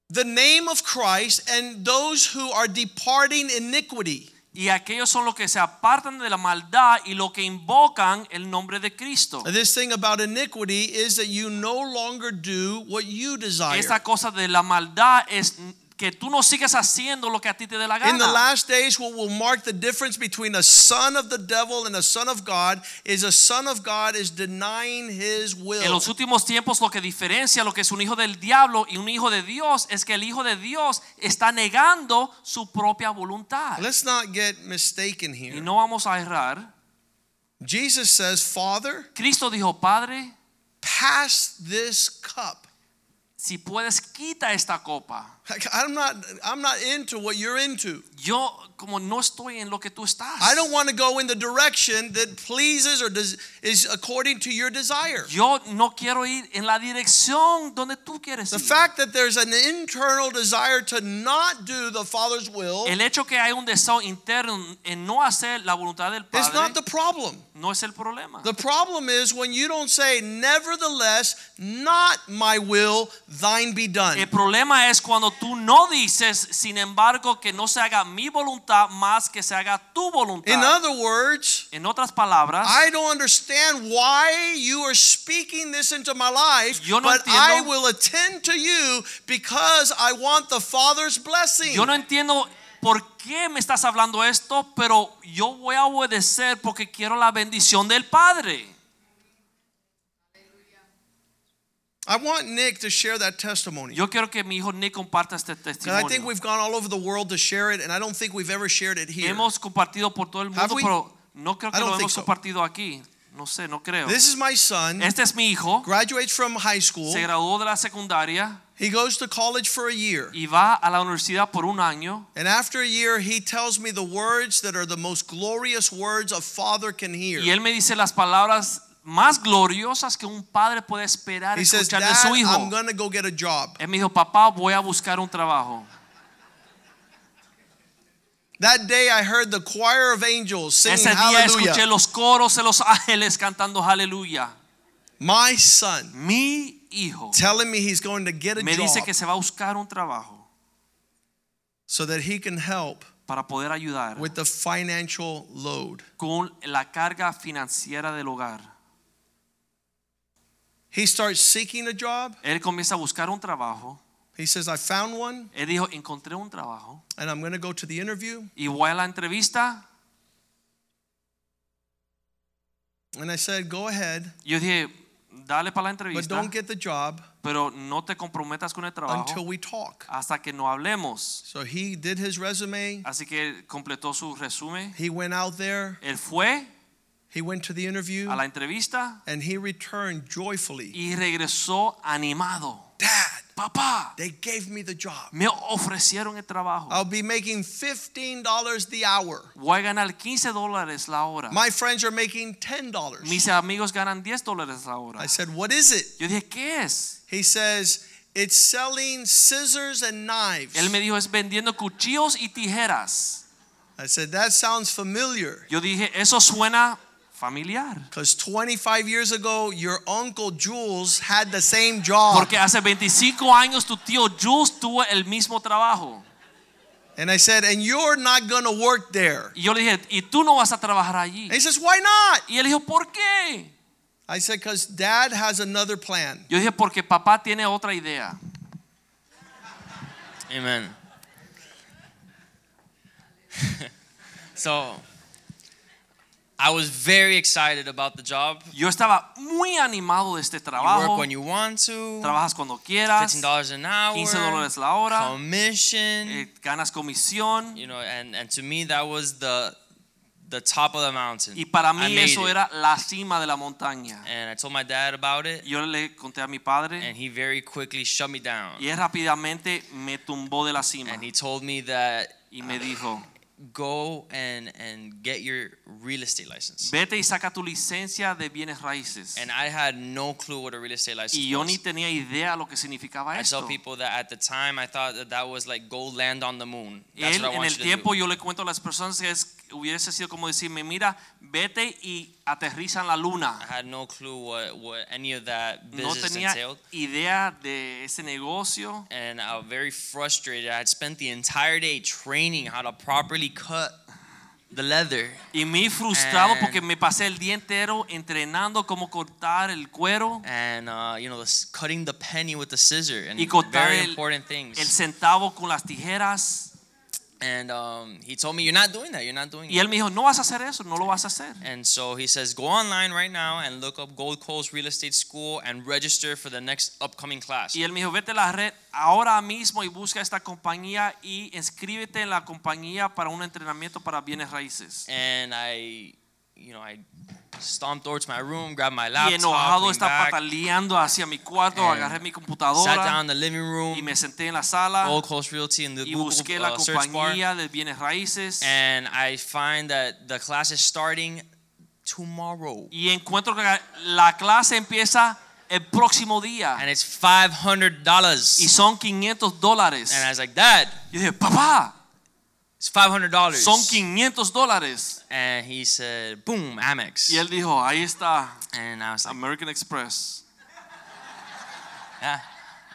Speaker 3: the name of Christ, and those who are departing iniquity.
Speaker 2: Y aquellos son los que se apartan de la maldad y los que invocan el nombre de Cristo.
Speaker 3: This thing about iniquity is that you no longer do what you desire.
Speaker 2: Esta cosa de la maldad es que tú no sigues haciendo lo que a ti te dé la
Speaker 3: In the
Speaker 2: gana.
Speaker 3: last days, what will mark the difference between a son of the devil and a son of God is a son of God is denying his
Speaker 2: En
Speaker 3: will.
Speaker 2: los últimos tiempos lo que diferencia lo que es un hijo del diablo y un hijo de Dios es que el hijo de Dios está negando su propia voluntad.
Speaker 3: Let's not get mistaken
Speaker 2: Y
Speaker 3: here.
Speaker 2: no vamos a errar.
Speaker 3: Jesus says, Father,
Speaker 2: Cristo dijo, Padre,
Speaker 3: pass this cup.
Speaker 2: si puedes quita esta copa.
Speaker 3: I'm not I'm not into what you're into.
Speaker 2: Yo como no estoy en lo que tú estás.
Speaker 3: I don't want to go in the direction that pleases or does, is according to your desire.
Speaker 2: Yo no quiero ir en la dirección donde tú quieres
Speaker 3: The
Speaker 2: ir.
Speaker 3: fact that there's an internal desire to not do the Father's will
Speaker 2: El hecho que hay un deseo interno en no hacer la voluntad del
Speaker 3: is not
Speaker 2: Padre
Speaker 3: the problem.
Speaker 2: no es el problema.
Speaker 3: The problem is when you don't say, Nevertheless, not my will, thine be done.
Speaker 2: El problema es cuando tú no dices, sin embargo, que no se haga mi voluntad más que se haga tu
Speaker 3: In
Speaker 2: voluntad.
Speaker 3: other words,
Speaker 2: En otras palabras,
Speaker 3: I don't understand why you are speaking this into my life,
Speaker 2: Yo no
Speaker 3: but
Speaker 2: entiendo.
Speaker 3: I will attend to you because I want the Father's blessing.
Speaker 2: yo no entiendo por qué me estás hablando esto, pero yo voy a obedecer porque quiero la bendición del Padre.
Speaker 3: I want Nick to share that testimony.
Speaker 2: Yo quiero que mi hijo Nick comparta este
Speaker 3: And I think
Speaker 2: testimonio.
Speaker 3: we've gone all over the world to share it, and I don't think we've ever shared it here.
Speaker 2: Hemos compartido por todo el
Speaker 3: Have
Speaker 2: mundo,
Speaker 3: we?
Speaker 2: pero no creo
Speaker 3: I
Speaker 2: que
Speaker 3: don't
Speaker 2: lo
Speaker 3: think
Speaker 2: hemos
Speaker 3: so.
Speaker 2: compartido aquí. No sé, no creo.
Speaker 3: This is my son,
Speaker 2: Este es mi hijo.
Speaker 3: graduates from high school.
Speaker 2: Se graduó de la secundaria
Speaker 3: He goes to college for a year.
Speaker 2: y va a la universidad por un año.
Speaker 3: And after a year, he tells me the words that are the most glorious words a father can hear.
Speaker 2: Y él me dice las palabras más gloriosas que un padre puede esperar
Speaker 3: He says,
Speaker 2: escuchar
Speaker 3: Dad,
Speaker 2: de su
Speaker 3: I'm
Speaker 2: hijo.
Speaker 3: going to go get a job.
Speaker 2: Él me dijo, papá, voy a buscar un trabajo.
Speaker 3: That day, I heard the choir of angels singing
Speaker 2: Ese día escuché
Speaker 3: hallelujah.
Speaker 2: los coros de los *laughs* ángeles cantando aleluya.
Speaker 3: My son
Speaker 2: Mi hijo
Speaker 3: telling me he's going to get a
Speaker 2: me dice
Speaker 3: job
Speaker 2: que se va a buscar un trabajo
Speaker 3: so that he can help
Speaker 2: para poder ayudar
Speaker 3: with the financial load.
Speaker 2: con la carga financiera del hogar.
Speaker 3: He starts seeking a job.
Speaker 2: Él comienza a buscar un trabajo.
Speaker 3: He says, I found one
Speaker 2: Él dijo, encontré un trabajo
Speaker 3: and I'm going to go to the interview.
Speaker 2: y voy a la entrevista.
Speaker 3: And I said, Go ahead,
Speaker 2: Yo dije, dale para la
Speaker 3: but
Speaker 2: entrevista,
Speaker 3: don't get the job
Speaker 2: pero no te comprometas con el
Speaker 3: until
Speaker 2: trabajo
Speaker 3: we talk.
Speaker 2: hasta que no hablemos.
Speaker 3: So he did his resume.
Speaker 2: Así que él completó su resumen.
Speaker 3: He went out there.
Speaker 2: Él fue
Speaker 3: He went to the interview
Speaker 2: a la entrevista
Speaker 3: and he returned joyfully.
Speaker 2: y regresó animado.
Speaker 3: Dad,
Speaker 2: Papá,
Speaker 3: they gave me the job.
Speaker 2: me ofrecieron el trabajo.
Speaker 3: I'll be making $15 the hour.
Speaker 2: Voy a ganar 15 dólares la hora.
Speaker 3: My friends are making $10.
Speaker 2: Mis amigos ganan 10 dólares la hora.
Speaker 3: I said, What is it?
Speaker 2: Yo dije, ¿qué es?
Speaker 3: He says, It's selling scissors and
Speaker 2: Él
Speaker 3: knives.
Speaker 2: me dijo, es vendiendo cuchillos y tijeras.
Speaker 3: I said, That sounds familiar.
Speaker 2: Yo dije, eso suena familiar.
Speaker 3: Because 25 years ago, your uncle Jules had the same job.
Speaker 2: Porque hace 25 años tu tío Jules tuvo el mismo trabajo.
Speaker 3: And I said, And you're not going to work there.
Speaker 2: Y yo le dije, ¿y tú no vas a trabajar allí?
Speaker 3: And he says, Why not?
Speaker 2: Y él dijo, ¿por qué?
Speaker 3: I said, because dad has another plan.
Speaker 2: Yo dije, porque papá tiene otra idea.
Speaker 4: Amen. so I was very excited about the job.
Speaker 2: Yo estaba muy animado de este
Speaker 4: You work
Speaker 2: trabajo.
Speaker 4: when you want to.
Speaker 2: Trabajas cuando quieras.
Speaker 4: Fifteen dollars an hour.
Speaker 2: 15 dólares la hora.
Speaker 4: Commission.
Speaker 2: eh, ganas comisión.
Speaker 4: You know, and and to me that was the the top of the mountain.
Speaker 2: Y para
Speaker 4: I
Speaker 2: mí
Speaker 4: made
Speaker 2: eso
Speaker 4: it.
Speaker 2: era la cima de la montaña.
Speaker 4: And I told my dad about it,
Speaker 2: Yo le conté a mi padre
Speaker 4: and he very quickly shut me down.
Speaker 2: y él rápidamente me tumbó de la cima
Speaker 4: And he told me that
Speaker 2: y me
Speaker 4: *laughs*
Speaker 2: dijo,
Speaker 4: go and and get your real estate license.
Speaker 2: vete y saca tu licencia de bienes raíces.
Speaker 4: And I had no clue what a real estate license
Speaker 2: Y yo
Speaker 4: was.
Speaker 2: ni tenía idea lo que significaba
Speaker 4: I tell
Speaker 2: esto.
Speaker 4: people that at the time I thought that that was like go land on the moon. That's
Speaker 2: Él,
Speaker 4: what I
Speaker 2: en
Speaker 4: want
Speaker 2: el
Speaker 4: you
Speaker 2: tiempo
Speaker 4: to
Speaker 2: yo le cuento a las personas que es, hubiese sido como decirme, mira, vete y aterriza en la
Speaker 4: do. I
Speaker 2: luna.
Speaker 4: had no clue what, what any of that
Speaker 2: No
Speaker 4: business
Speaker 2: tenía
Speaker 4: Uh-huh. entailed.
Speaker 2: idea de ese negocio.
Speaker 4: And I was very frustrated. I had spent the entire day training how to properly cut the leather.
Speaker 2: Y me frustrado
Speaker 4: And-
Speaker 2: porque me pasé el día entero entrenando cómo cortar el cuero,
Speaker 4: And uh, you know, this, cutting the penny with the scissor and
Speaker 2: Y cortar
Speaker 4: very
Speaker 2: el-
Speaker 4: important things.
Speaker 2: el centavo con las tijeras.
Speaker 4: and um, he told me, "You're not doing that. You're not doing
Speaker 2: Y
Speaker 4: that."
Speaker 2: él me dijo, no vas a hacer eso, no lo vas a hacer.
Speaker 4: And so he says, "Go online right now and look up Gold Coast Real Estate School and register for the next upcoming class."
Speaker 2: Y él me dijo, vete a la red ahora mismo y busca esta compañía y inscríbete en la compañía para un entrenamiento para bienes raíces.
Speaker 4: and I, you know, I stomped over to my room, grabbed my
Speaker 2: Y
Speaker 4: laptop,
Speaker 2: enojado
Speaker 4: came
Speaker 2: está
Speaker 4: back,
Speaker 2: pataleando hacia mi cuarto,
Speaker 4: And
Speaker 2: agarré mi
Speaker 4: sat
Speaker 2: computadora
Speaker 4: down in the living
Speaker 2: y
Speaker 4: room,
Speaker 2: me senté en la sala
Speaker 4: Old Coast Realty in the
Speaker 2: y
Speaker 4: Google
Speaker 2: busqué la
Speaker 4: uh, search bar,
Speaker 2: compañía de bienes raíces.
Speaker 4: and I find that the class is starting tomorrow,
Speaker 2: Y encuentro que la clase empieza el próximo día.
Speaker 4: and it's five hundred
Speaker 2: y
Speaker 4: dollars.
Speaker 2: son 500 dólares.
Speaker 4: And I was like, Dad,
Speaker 2: Yo dije, papá,
Speaker 4: it's five hundred dollars.
Speaker 2: son 500 dólares.
Speaker 4: And he said, Boom, Amex.
Speaker 2: Y él dijo, ahí está,
Speaker 4: And I was like,
Speaker 2: American Express.
Speaker 4: Yeah.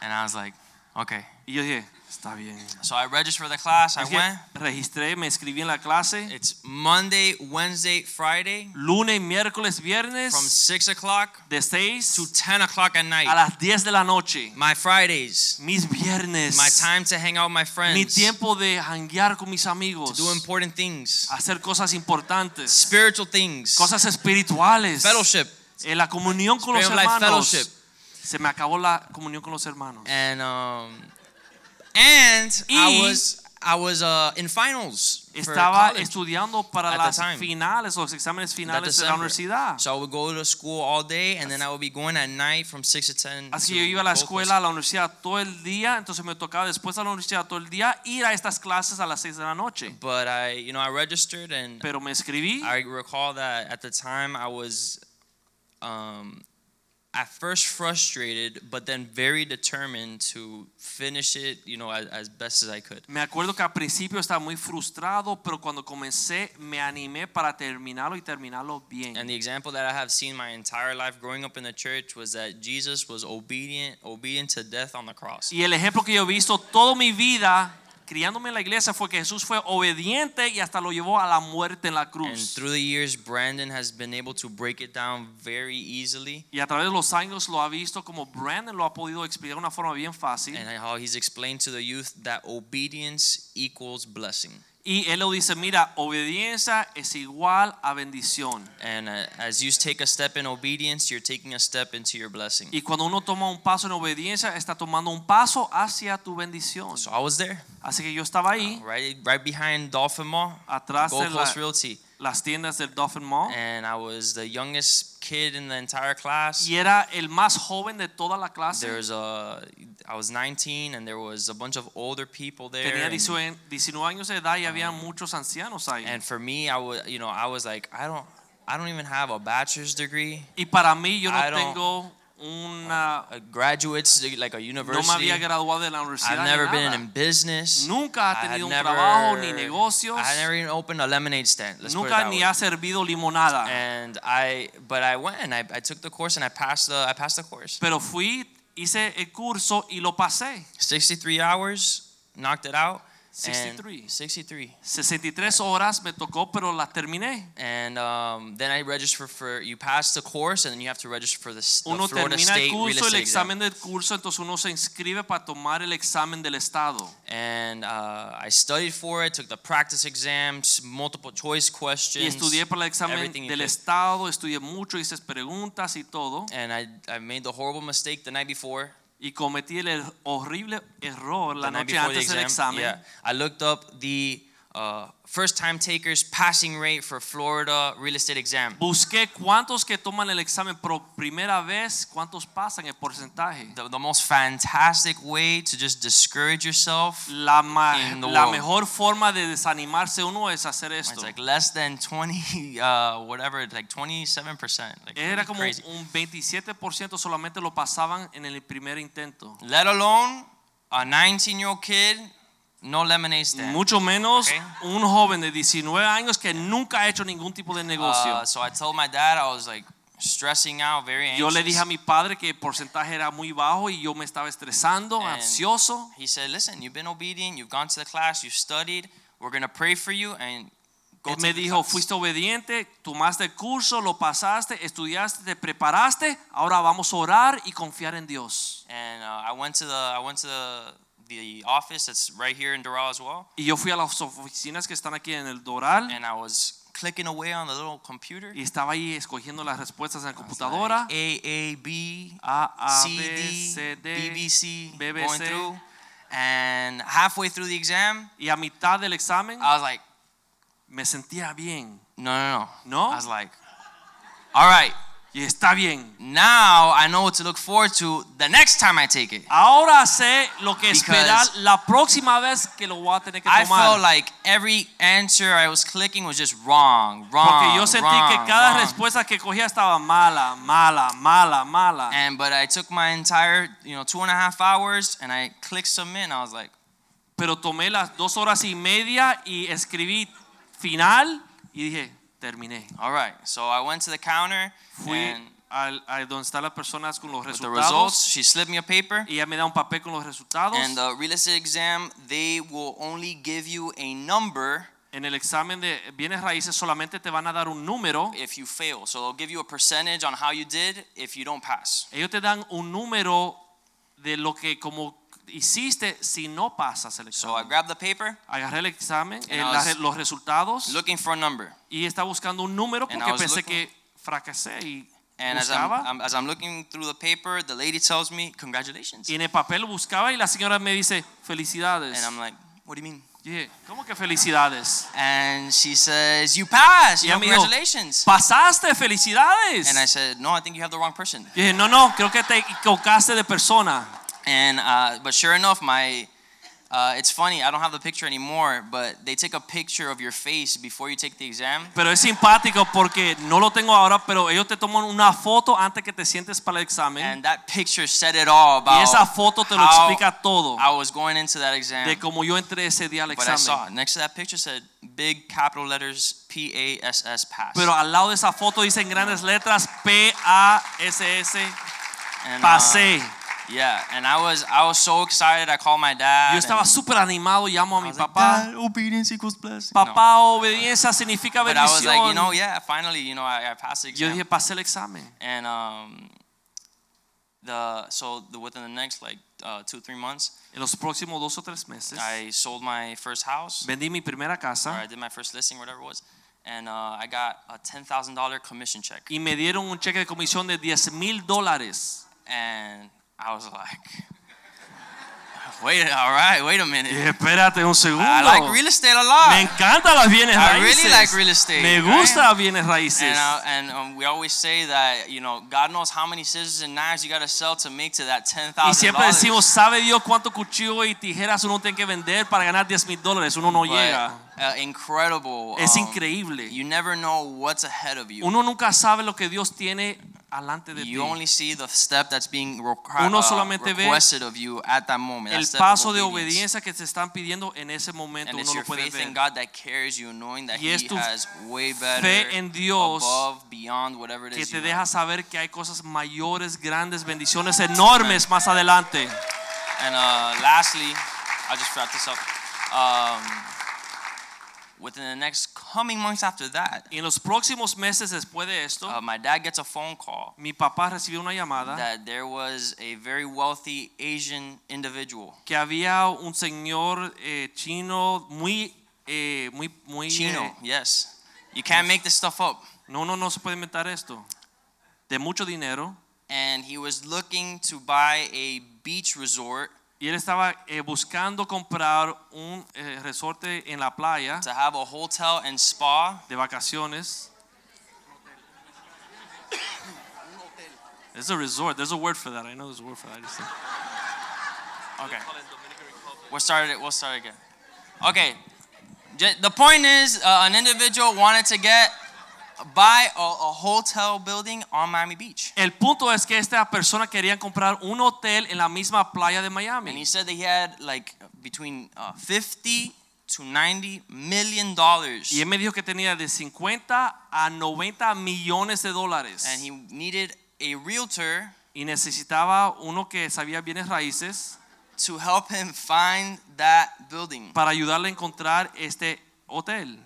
Speaker 4: And I was like, Okay.
Speaker 2: Y yo dije, está bien.
Speaker 4: So I registered for the class. I
Speaker 2: Así que
Speaker 4: went.
Speaker 2: registré, me inscribí en la clase.
Speaker 4: It's Monday, Wednesday, Friday.
Speaker 2: Lunes, miércoles,
Speaker 4: from
Speaker 2: viernes,
Speaker 4: six o'clock
Speaker 2: de 6
Speaker 4: to ten o'clock at
Speaker 2: a
Speaker 4: night.
Speaker 2: las 10 de la noche.
Speaker 4: My Fridays,
Speaker 2: Mis viernes,
Speaker 4: my time to hang out with my friends,
Speaker 2: mi tiempo de hanguear con mis
Speaker 4: to
Speaker 2: amigos,
Speaker 4: do important things,
Speaker 2: hacer cosas importantes,
Speaker 4: spiritual things,
Speaker 2: cosas espirituales,
Speaker 4: fellowship,
Speaker 2: en la comunión con los
Speaker 4: Spirit of Life
Speaker 2: hermanos.
Speaker 4: Fellowship.
Speaker 2: Se me acabó la comunión con los hermanos.
Speaker 4: and um, and
Speaker 2: Y-
Speaker 4: I was I was uh, in finals. for
Speaker 2: Estaba
Speaker 4: college.
Speaker 2: estudiando para
Speaker 4: at
Speaker 2: las
Speaker 4: the time.
Speaker 2: finales, los exámenes
Speaker 4: that
Speaker 2: finales de la
Speaker 4: December.
Speaker 2: universidad.
Speaker 4: So I would go to school all day, and then I would be going at night from six to ten.
Speaker 2: Así
Speaker 4: to
Speaker 2: yo iba a la
Speaker 4: both
Speaker 2: escuela, a la universidad todo el día, entonces me tocaba después a la universidad todo el día ir a estas clases a las 6 de la noche.
Speaker 4: But I, you know, I registered, and
Speaker 2: Pero me escribí,
Speaker 4: I recall that at the time I was, um, at first frustrated, but then very determined to finish it. You know, as, as best as I could.
Speaker 2: me acuerdo que al principio estaba muy frustrado, pero cuando comencé me animé para terminarlo y terminarlo
Speaker 4: And
Speaker 2: bien.
Speaker 4: the example that I have seen my entire life growing up in the church was that Jesus was obedient, obedient to death on the cross.
Speaker 2: Y el ejemplo que yo he visto toda mi vida criándome en la iglesia fue que Jesús fue obediente y hasta lo llevó a la muerte en la
Speaker 4: And
Speaker 2: cruz.
Speaker 4: through the years, Brandon has been able to break it down very easily.
Speaker 2: Y a través de los años lo ha visto como Brandon lo ha podido explicar de una forma bien fácil.
Speaker 4: and how he's explained to the youth that obedience equals blessing.
Speaker 2: Y él lo dice, mira, obediencia es igual a bendición.
Speaker 4: And uh, as you take a step in obedience, you're taking a step into your blessing.
Speaker 2: Y cuando uno toma un paso en obediencia, está tomando un paso hacia tu bendición.
Speaker 4: So I was there,
Speaker 2: Así que yo estaba ahí,
Speaker 4: right, right behind Dolphin Mall,
Speaker 2: Atrás de
Speaker 4: Gold
Speaker 2: la-
Speaker 4: Coast Realty,
Speaker 2: las tiendas del Dolphin Mall,
Speaker 4: and I was the youngest kid in the entire class.
Speaker 2: y era el más joven de toda la
Speaker 4: There
Speaker 2: clase.
Speaker 4: was a, I was 19, and there was a bunch of older people there.
Speaker 2: Tenía
Speaker 4: and- Um,
Speaker 2: 19 19 años de edad y había muchos ancianos ahí.
Speaker 4: and for me, I was, you know, I was like, I don't, I don't even have a bachelor's degree,
Speaker 2: Y para mí, yo no
Speaker 4: I don't-
Speaker 2: tengo una...
Speaker 4: a graduate's, degree, like a
Speaker 2: No me
Speaker 4: university.
Speaker 2: había graduado de la universidad.
Speaker 4: I've
Speaker 2: ni
Speaker 4: never been
Speaker 2: nada.
Speaker 4: in business.
Speaker 2: Nunca ha
Speaker 4: I had
Speaker 2: tenido un
Speaker 4: never-
Speaker 2: trabajo ni negocios.
Speaker 4: I never even opened a lemonade stand. Let's put it
Speaker 2: Nunca
Speaker 4: that
Speaker 2: ni
Speaker 4: way.
Speaker 2: ha servido limonada.
Speaker 4: And I, but I went and I, I took the course and I passed the, I passed the course.
Speaker 2: Pero fui, hice el curso y lo pasé.
Speaker 4: 63 hours, knocked it out. and-
Speaker 2: 63.
Speaker 4: 63.
Speaker 2: 63 horas me tocó, pero las terminé.
Speaker 4: And um, then I registered for, you pass the course and then you have to register for the, s- the
Speaker 2: Uno
Speaker 4: Florida
Speaker 2: termina el
Speaker 4: State Real
Speaker 2: curso, el
Speaker 4: Estate exam.
Speaker 2: examen del curso, entonces uno se inscribe para tomar el examen del estado.
Speaker 4: And uh, I studied for it, took the practice exams, multiple choice questions.
Speaker 2: Y estudié para el examen
Speaker 4: everything you
Speaker 2: del
Speaker 4: could.
Speaker 2: estado, estudié mucho, hice preguntas y todo.
Speaker 4: And I, I made the horrible mistake the night before.
Speaker 2: Y cometí el er- horrible error la
Speaker 4: the night
Speaker 2: noche
Speaker 4: before the
Speaker 2: antes del
Speaker 4: exam.
Speaker 2: examen.
Speaker 4: Yeah, I looked up the uh, first time takers passing rate for Florida real estate exam.
Speaker 2: Busqué cuántos que toman el examen por primera vez, cuántos pasan el porcentaje.
Speaker 4: The, the most fantastic way to just discourage yourself.
Speaker 2: La, ma-
Speaker 4: In the
Speaker 2: la
Speaker 4: world.
Speaker 2: mejor forma de desanimarse uno es hacer esto.
Speaker 4: It's like less than 20, *laughs* uh, whatever, it's like 27%. Like
Speaker 2: Era como
Speaker 4: crazy.
Speaker 2: un 27% solamente lo pasaban en el primer intento.
Speaker 4: Let alone a 19 year old kid, no lemonade stand.
Speaker 2: Mucho menos
Speaker 4: Ok.
Speaker 2: un joven de 19 años que nunca ha hecho ningún tipo de negocio.
Speaker 4: Uh, so I told my dad, I was like stressing out, very anxious.
Speaker 2: yo le dije a mi padre que el porcentaje era muy bajo y yo me estaba estresando,
Speaker 4: And-
Speaker 2: ansioso.
Speaker 4: He said, "Listen, you've been obedient. You've gone to the class. You've studied. We're gonna pray for you and go
Speaker 2: Él
Speaker 4: to
Speaker 2: me
Speaker 4: the
Speaker 2: dijo,
Speaker 4: class."
Speaker 2: fuiste obediente, tomaste el curso, lo pasaste, estudiaste, te preparaste, ahora vamos a orar y confiar en Dios.
Speaker 4: And uh, I went to the I went to the, the office that's right here in Doral as well,
Speaker 2: Y yo fui a las oficinas que están aquí en el Doral
Speaker 4: and I was clicking away on the little computer.
Speaker 2: y estaba ahí escogiendo las respuestas en la
Speaker 4: It's
Speaker 2: computadora.
Speaker 4: like A A B
Speaker 2: A, A,
Speaker 4: C
Speaker 2: B,
Speaker 4: D E,
Speaker 2: C, D,
Speaker 4: BBC going
Speaker 2: BBC.
Speaker 4: through, and halfway through the exam,
Speaker 2: Y a mitad del examen
Speaker 4: I was like,
Speaker 2: me sentía bien.
Speaker 4: "No, no, no,
Speaker 2: No?
Speaker 4: I was like, "All right."
Speaker 2: Y está bien.
Speaker 4: Now I know what to look forward to the next time I take it.
Speaker 2: Ahora sé lo que
Speaker 4: Because-
Speaker 2: esperar la próxima vez que lo voy a tener que
Speaker 4: I felt
Speaker 2: tomar.
Speaker 4: like every answer I was clicking was just wrong, wrong,
Speaker 2: Porque yo sentí
Speaker 4: wrong,
Speaker 2: que cada
Speaker 4: wrong.
Speaker 2: respuesta que cogía estaba mala, mala, mala, mala.
Speaker 4: And but I took my entire, you know, two and a half hours, and I clicked submit. And I was like,
Speaker 2: Pero tomé las dos horas y media y escribí final y dije, terminé.
Speaker 4: all right. So I went to the counter,
Speaker 2: Fui
Speaker 4: and
Speaker 2: al, a donde están las personas con los
Speaker 4: with the
Speaker 2: resultados
Speaker 4: results, she slipped me a paper.
Speaker 2: y ella me da un papel con los resultados.
Speaker 4: And the real estate exam, they will only give you a number
Speaker 2: en el examen de bienes raíces solamente te van a dar un número.
Speaker 4: if you fail. So they'll give you a percentage on how you did if you don't pass.
Speaker 2: Ellos te dan un número de lo que como hiciste si no pasas el
Speaker 4: So I
Speaker 2: examen.
Speaker 4: grabbed the paper,
Speaker 2: Agarré el examen, eh,
Speaker 4: I
Speaker 2: la-
Speaker 4: was
Speaker 2: los resultados
Speaker 4: looking for a number.
Speaker 2: y estaba buscando un número
Speaker 4: And I
Speaker 2: porque
Speaker 4: was
Speaker 2: pensé
Speaker 4: looking-
Speaker 2: que fracasé y
Speaker 4: And as I'm,
Speaker 2: buscaba.
Speaker 4: I'm- as I'm looking through the paper, the lady tells me, "Congratulations."
Speaker 2: y en el papel buscaba y la señora me dice,
Speaker 4: And
Speaker 2: felicidades.
Speaker 4: I'm like, What do you mean?
Speaker 2: Yo dije, ¿cómo que felicidades?
Speaker 4: And she says, You passed.
Speaker 2: Y
Speaker 4: You
Speaker 2: ella
Speaker 4: know,
Speaker 2: me dijo,
Speaker 4: congratulations.
Speaker 2: pasaste, felicidades.
Speaker 4: oh. And I said, No, I think you have the wrong person.
Speaker 2: Yo dije, no, no, creo que te equivocaste de persona.
Speaker 4: And uh, but sure enough, my uh, it's funny. I don't have the picture anymore, but they take a picture of your face before you take the exam.
Speaker 2: Pero es simpático porque no lo tengo ahora, pero ellos te toman una foto antes que te sientes para el examen.
Speaker 4: And that picture said it all about
Speaker 2: Y esa foto te lo
Speaker 4: how
Speaker 2: explica todo
Speaker 4: I was going into that exam.
Speaker 2: de cómo yo entré ese día al
Speaker 4: But I
Speaker 2: examen.
Speaker 4: saw next to that picture said big capital letters P A S S pass.
Speaker 2: Pero al lado de esa foto dicen grandes letras P-A-S-S,
Speaker 4: And, uh,
Speaker 2: pasé.
Speaker 4: yeah, and I was I was so excited. I called my dad.
Speaker 2: Yo estaba
Speaker 4: Ah, and
Speaker 2: súper animado, llamo a
Speaker 4: I
Speaker 2: mi
Speaker 4: was like,
Speaker 2: papá.
Speaker 4: "Dad, obedience equals blessing. No.
Speaker 2: Papá, obediencia significa
Speaker 4: But I was like, you
Speaker 2: bendición.
Speaker 4: know, yeah, finally, you know, I, I passed the
Speaker 2: Yo
Speaker 4: exam.
Speaker 2: dije, pasé el examen.
Speaker 4: and um, the so the, within the next like uh, two three months,
Speaker 2: En los próximos dos o tres meses,
Speaker 4: I sold my first house,
Speaker 2: vendí mi primera
Speaker 4: or I
Speaker 2: casa
Speaker 4: did my first listing, whatever it was, and uh, I got a ten thousand dollar commission check,
Speaker 2: y me dieron un cheque de comisión de 10 mil dólares.
Speaker 4: and I was like, *laughs* wait, all right, wait a minute,
Speaker 2: Dije, espérate un segundo.
Speaker 4: I like real estate
Speaker 2: Me
Speaker 4: a lot,
Speaker 2: encantan las bienes
Speaker 4: I really
Speaker 2: raíces.
Speaker 4: like real estate,
Speaker 2: Me
Speaker 4: right?
Speaker 2: gustan las bienes raíces.
Speaker 4: and, uh, and um, we always say that you know God knows how many scissors and knives you got to sell to make to that ten
Speaker 2: y
Speaker 4: thousand
Speaker 2: siempre decimos,
Speaker 4: dollars.
Speaker 2: ¿sabe Dios cuánto cuchillo y tijeras uno tiene que vender para ganar 10 mil dólares? Uno no llega.
Speaker 4: uh, incredible.
Speaker 2: "Oh, Es
Speaker 4: um,
Speaker 2: increíble.
Speaker 4: You never know what's ahead of you.
Speaker 2: Uno nunca sabe lo que Dios tiene alante de ti.
Speaker 4: You only see the step that's being requ-
Speaker 2: Uno
Speaker 4: uh,
Speaker 2: solamente ve
Speaker 4: requested of you at that moment.
Speaker 2: El
Speaker 4: that step of
Speaker 2: paso de
Speaker 4: obedience.
Speaker 2: obediencia que te están pidiendo en ese momento
Speaker 4: And
Speaker 2: uno
Speaker 4: it's
Speaker 2: lo
Speaker 4: your
Speaker 2: puede
Speaker 4: faith in
Speaker 2: ver.
Speaker 4: God that carries you, knowing that
Speaker 2: Y es
Speaker 4: He
Speaker 2: tu
Speaker 4: has way better
Speaker 2: fe en Dios
Speaker 4: above, beyond whatever it
Speaker 2: Que
Speaker 4: is.
Speaker 2: te
Speaker 4: you
Speaker 2: deja
Speaker 4: have.
Speaker 2: saber que hay cosas mayores, grandes, bendiciones enormes más adelante.
Speaker 4: And uh, lastly, I'll just wrap this up. Um, within the next coming months after that,
Speaker 2: Y en los próximos meses después de esto,
Speaker 4: uh, my dad gets a phone call
Speaker 2: mi papá recibió una llamada
Speaker 4: that there was a very wealthy Asian individual.
Speaker 2: que había un señor eh, chino muy, eh, muy, muy.
Speaker 4: Chino,
Speaker 2: eh,
Speaker 4: yes. You can't make this stuff up.
Speaker 2: no, no, no se puede inventar esto. De mucho dinero.
Speaker 4: and he was looking to buy a beach resort
Speaker 2: Y él estaba eh, buscando comprar un eh, resorte en la playa
Speaker 4: to have a hotel and spa.
Speaker 2: de vacaciones. There's a resort. There's a word for that. I know there's a word for that. I just think-
Speaker 4: Okay. We'll start it. We'll start again. Okay. J- The point is, uh, an individual wanted to get buy a, a hotel building on Miami Beach,
Speaker 2: El punto es que esta persona quería comprar un hotel en la misma playa de
Speaker 4: and
Speaker 2: Miami.
Speaker 4: he said that he had like between uh, 50 to 90 million dollars,
Speaker 2: Y él me dijo que tenía de 50 a 90 millones de dólares.
Speaker 4: and he needed a realtor
Speaker 2: Y necesitaba uno que sabía bienes raíces
Speaker 4: to help him find that building.
Speaker 2: para ayudarle a encontrar este hotel.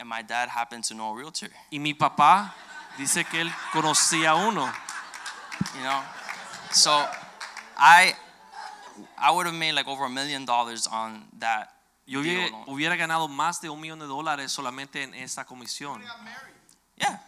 Speaker 4: And my dad happened to know a realtor.
Speaker 2: Y mi papá dice que él conocía uno.
Speaker 4: you know so i i would have made like over a million dollars on that
Speaker 2: Yo
Speaker 4: deal
Speaker 2: hubiera,
Speaker 4: alone.
Speaker 2: hubiera ganado más de un millón de dólares solamente en esa comisión.
Speaker 4: yeah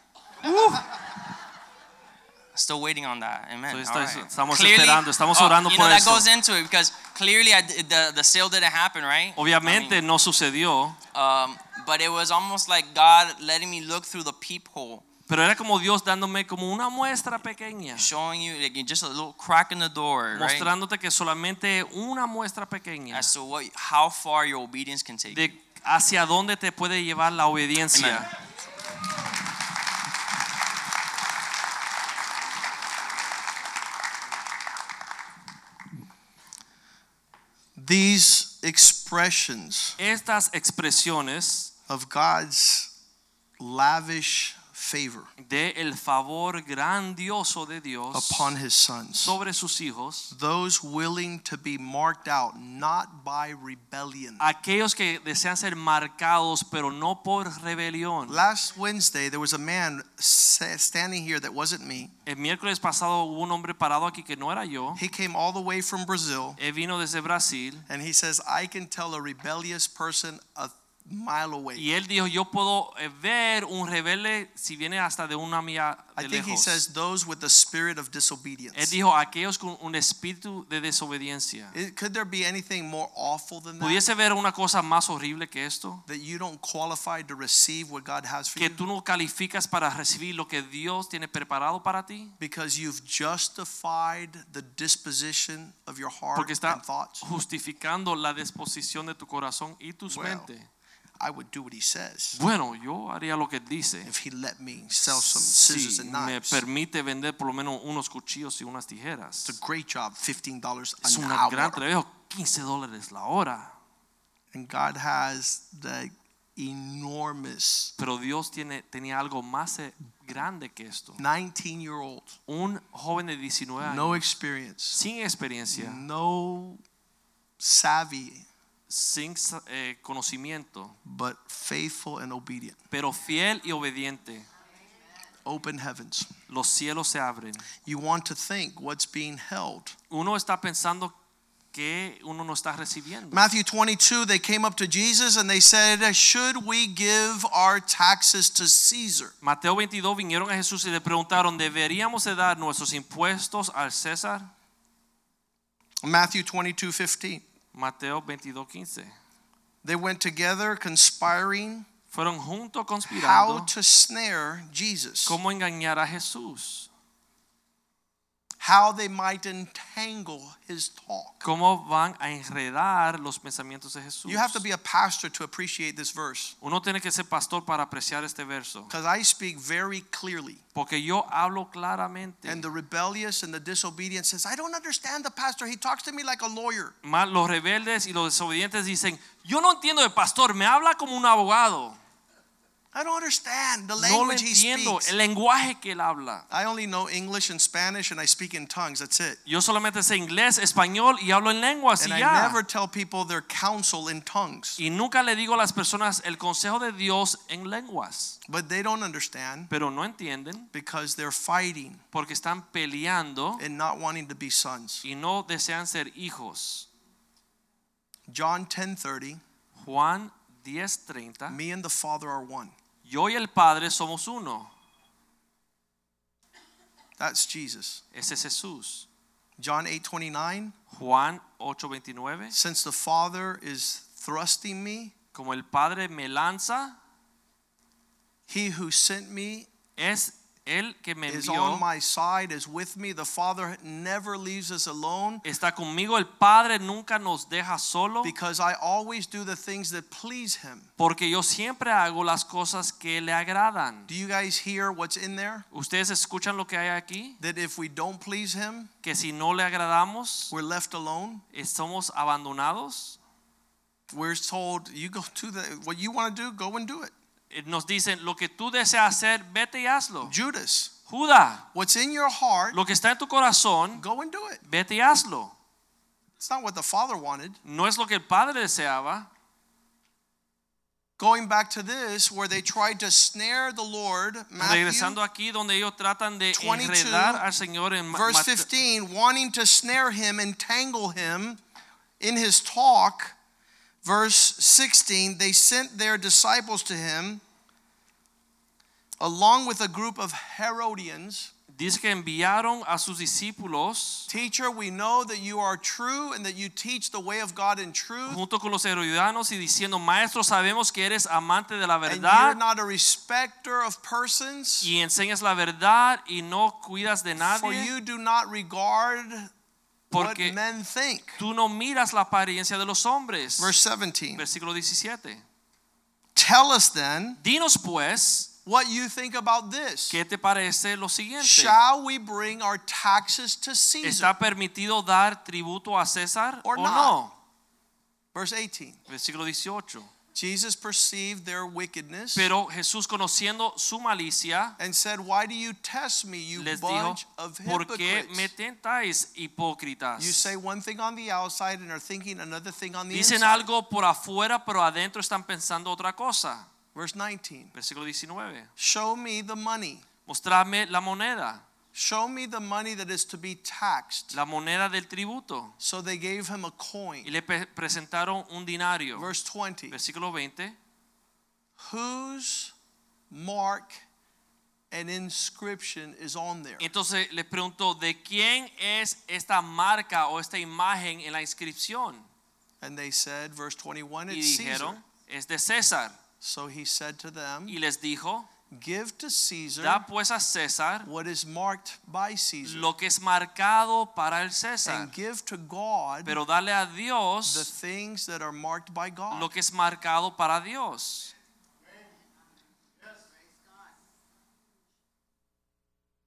Speaker 4: Still waiting on that. Amen.
Speaker 2: So
Speaker 4: All
Speaker 2: estoy-
Speaker 4: right.
Speaker 2: estamos
Speaker 4: Clearly-
Speaker 2: esperando, estamos
Speaker 4: oh,
Speaker 2: orando
Speaker 4: you
Speaker 2: por
Speaker 4: know, that
Speaker 2: eso.
Speaker 4: goes into it because clearly I did- the, the sale didn't happen, right?
Speaker 2: Obviamente
Speaker 4: I mean,
Speaker 2: no sucedió,
Speaker 4: um, but it was almost like God letting me look through the peephole,
Speaker 2: pero era como Dios dándome como una muestra pequeña,
Speaker 4: showing you like, just a little crack in the door, right?
Speaker 2: mostrándote que solamente una muestra pequeña
Speaker 4: As to what, how far your obedience can take. you.
Speaker 2: de hacia dónde te puede llevar la
Speaker 4: Amen.
Speaker 2: obediencia.
Speaker 3: These expressions
Speaker 2: Estas expresiones
Speaker 3: of God's lavish favor
Speaker 2: de el favor grandioso de Dios
Speaker 3: upon his sons,
Speaker 2: sobre sus hijos,
Speaker 3: those willing to be marked out not by rebellion.
Speaker 2: aquellos que desean ser marcados pero no por rebelión.
Speaker 3: Last Wednesday, there was a man sa- standing here that wasn't me.
Speaker 2: El miércoles pasado hubo un hombre parado aquí que no era yo.
Speaker 3: He came all the way from Brazil
Speaker 2: Él vino desde Brasil
Speaker 3: and he says, I can tell a rebellious person a
Speaker 1: mile away.
Speaker 2: Y él dijo, yo puedo eh, ver un rebelde si viene hasta de una milla
Speaker 1: I
Speaker 2: de
Speaker 1: think he
Speaker 2: lejos.
Speaker 1: says those with the spirit of
Speaker 2: él
Speaker 1: disobedience.
Speaker 2: dijo, aquellos con un espíritu de desobediencia.
Speaker 1: It- could there be anything more awful than that?
Speaker 2: ¿Pudiese ver una cosa más horrible que esto?
Speaker 1: That you don't qualify to receive what God has for
Speaker 2: Que
Speaker 1: you
Speaker 2: tú no calificas para recibir lo que Dios tiene preparado para ti.
Speaker 1: because you've justified the disposition of your heart
Speaker 2: Porque
Speaker 1: and
Speaker 2: está
Speaker 1: thoughts.
Speaker 2: justificando la disposición de tu corazón y tus
Speaker 1: Well.
Speaker 2: mentes.
Speaker 1: I would do what he says
Speaker 2: Bueno, yo haría lo que dice.
Speaker 1: if he let me sell some scissors
Speaker 2: Si
Speaker 1: and
Speaker 2: me
Speaker 1: knives. It's
Speaker 2: permite vender por lo menos unos cuchillos y unas tijeras.
Speaker 1: a great job, $15
Speaker 2: Es
Speaker 1: an
Speaker 2: un
Speaker 1: hour.
Speaker 2: gran trabajo, 15 dólares la hora.
Speaker 1: And God has the enormous
Speaker 2: Pero Dios tiene, tenía algo más eh, grande que esto.
Speaker 1: 19 year old,
Speaker 2: Un joven de 19 años,
Speaker 1: no experience,
Speaker 2: sin experiencia,
Speaker 1: no savvy,
Speaker 2: sin sa- eh, conocimiento,
Speaker 1: but faithful and obedient.
Speaker 2: pero fiel y obediente,
Speaker 1: Open heavens.
Speaker 2: los cielos se abren.
Speaker 1: You want to think what's being held.
Speaker 2: Uno está pensando que uno no está recibiendo.
Speaker 1: Matthew 22, they came up to Jesus and they said, Should we give our taxes to Caesar?
Speaker 2: Mateo 22 vinieron a Jesús y le preguntaron, ¿deberíamos de dar nuestros impuestos al César?
Speaker 1: Matthew 22, 15.
Speaker 2: Mateo 22, 15.
Speaker 1: They went together conspiring
Speaker 2: Fueron juntos
Speaker 1: how
Speaker 2: conspirando
Speaker 1: to snare Jesus,
Speaker 2: cómo engañar a Jesús,
Speaker 1: how they might entangle his talk.
Speaker 2: cómo van a enredar los pensamientos de Jesús.
Speaker 1: You have to be a pastor to appreciate this verse
Speaker 2: Uno tiene que ser pastor para apreciar este verso,
Speaker 1: because I speak very clearly.
Speaker 2: porque yo hablo claramente.
Speaker 1: And the rebellious and the disobedient says, I don't understand the pastor. He talks to me like a lawyer.
Speaker 2: Más los rebeldes y los desobedientes dicen, yo no entiendo el pastor, me habla como un abogado.
Speaker 1: I don't understand the
Speaker 2: No lo
Speaker 1: language he
Speaker 2: entiendo,
Speaker 1: speaks.
Speaker 2: el lenguaje que él habla.
Speaker 1: I only know English and Spanish and I speak in tongues. That's it.
Speaker 2: Yo solamente sé inglés, español y hablo en lenguas y
Speaker 1: And I
Speaker 2: ya.
Speaker 1: never tell people their counsel in tongues.
Speaker 2: Y nunca le digo a las personas el consejo de Dios en lenguas,
Speaker 1: But they don't understand
Speaker 2: pero no entienden
Speaker 1: because they're fighting
Speaker 2: porque están peleando
Speaker 1: and not wanting to be sons.
Speaker 2: y no desean ser hijos.
Speaker 1: John 10:30,
Speaker 2: Juan 10:30,
Speaker 1: me and the Father are one.
Speaker 2: yo y el Padre somos uno.
Speaker 1: That's Jesus.
Speaker 2: Ese es Jesús.
Speaker 1: John 8:29,
Speaker 2: Juan 8:29,
Speaker 1: since the Father is thrusting me,
Speaker 2: como el Padre me lanza,
Speaker 1: he who sent me
Speaker 2: es el que me
Speaker 1: is
Speaker 2: envió.
Speaker 1: on my side, is with me. The Father never leaves us alone
Speaker 2: Está conmigo, el Padre nunca nos deja solo,
Speaker 1: because I always do the things that please him.
Speaker 2: porque yo siempre hago las cosas que le agradan.
Speaker 1: Do you guys hear what's in there?
Speaker 2: ¿Ustedes escuchan lo que hay aquí?
Speaker 1: That if we don't please him,
Speaker 2: Que si no le agradamos, eh,
Speaker 1: we're left alone.
Speaker 2: somos abandonados.
Speaker 1: We're told, you go to the what you want to do, go and do it.
Speaker 2: Eh, Nos dicen, lo que tú deseas hacer, vete y hazlo.
Speaker 1: Judas,
Speaker 2: Judá,
Speaker 1: what's in your heart,
Speaker 2: lo que está en tu corazón,
Speaker 1: go and do it.
Speaker 2: vete y hazlo.
Speaker 1: It's not what the Father wanted.
Speaker 2: No es lo que el Padre deseaba.
Speaker 1: Going back to this, where they tried to snare the Lord,
Speaker 2: Regresando
Speaker 1: Matthew,
Speaker 2: aquí donde ellos tratan de
Speaker 1: 22,
Speaker 2: enredar al Señor en Ma-
Speaker 1: verse
Speaker 2: Mate-
Speaker 1: 15, wanting to snare him, entangle him in his talk. Verse 16, they sent their disciples to him along with a group of Herodians.
Speaker 2: dice que enviaron a sus discípulos
Speaker 1: Teacher, we know that you are true and that you teach the way of God in truth.
Speaker 2: junto con los herodianos y diciendo, maestro, sabemos que eres amante de la
Speaker 1: And you're
Speaker 2: verdad
Speaker 1: not a respecter of persons,
Speaker 2: y enseñas la verdad y no cuidas de
Speaker 1: for
Speaker 2: nadie
Speaker 1: you do not regard what
Speaker 2: porque
Speaker 1: men think.
Speaker 2: tú no miras la apariencia de los hombres.
Speaker 1: Verse 17.
Speaker 2: Versículo 17.
Speaker 1: Tell us then
Speaker 2: Dinos pues,
Speaker 1: what you think about this.
Speaker 2: ¿qué te parece lo siguiente?
Speaker 1: Shall we bring our taxes to Caesar?
Speaker 2: ¿Está permitido dar tributo a César
Speaker 1: Or
Speaker 2: o
Speaker 1: not.
Speaker 2: no?
Speaker 1: Verse 18.
Speaker 2: Versículo 18.
Speaker 1: Jesus perceived their wickedness
Speaker 2: Pero Jesús conociendo su malicia
Speaker 1: and said, Why do you test me, you
Speaker 2: les dijo,
Speaker 1: bunch of
Speaker 2: ¿por qué me
Speaker 1: hypocrites?
Speaker 2: tentáis hipócritas?
Speaker 1: You say one thing on the outside and are thinking another thing on the
Speaker 2: Dicen
Speaker 1: inside.
Speaker 2: algo por afuera, pero adentro están pensando otra cosa.
Speaker 1: Verse 19.
Speaker 2: Versículo 19.
Speaker 1: Show me the money.
Speaker 2: Mostrarme la moneda,
Speaker 1: Show me the money that is to be taxed.
Speaker 2: la moneda del tributo.
Speaker 1: So they gave him a coin.
Speaker 2: Y le pe- presentaron un dinario.
Speaker 1: Verse 20.
Speaker 2: Versículo 20.
Speaker 1: whose mark and inscription is on there?
Speaker 2: Entonces les preguntó, ¿de quién es esta marca o esta imagen en la inscripción?
Speaker 1: And they said, verse 21,
Speaker 2: Y
Speaker 1: it's Caesar.
Speaker 2: dijeron, es de César.
Speaker 1: So he said to them,
Speaker 2: Y les dijo,
Speaker 1: Give to Caesar
Speaker 2: da pues a César
Speaker 1: what is marked by Caesar,
Speaker 2: lo que es marcado para el César,
Speaker 1: and give to God
Speaker 2: pero dale a
Speaker 1: the
Speaker 2: Dios
Speaker 1: things that are marked by God.
Speaker 2: lo que es marcado para Dios.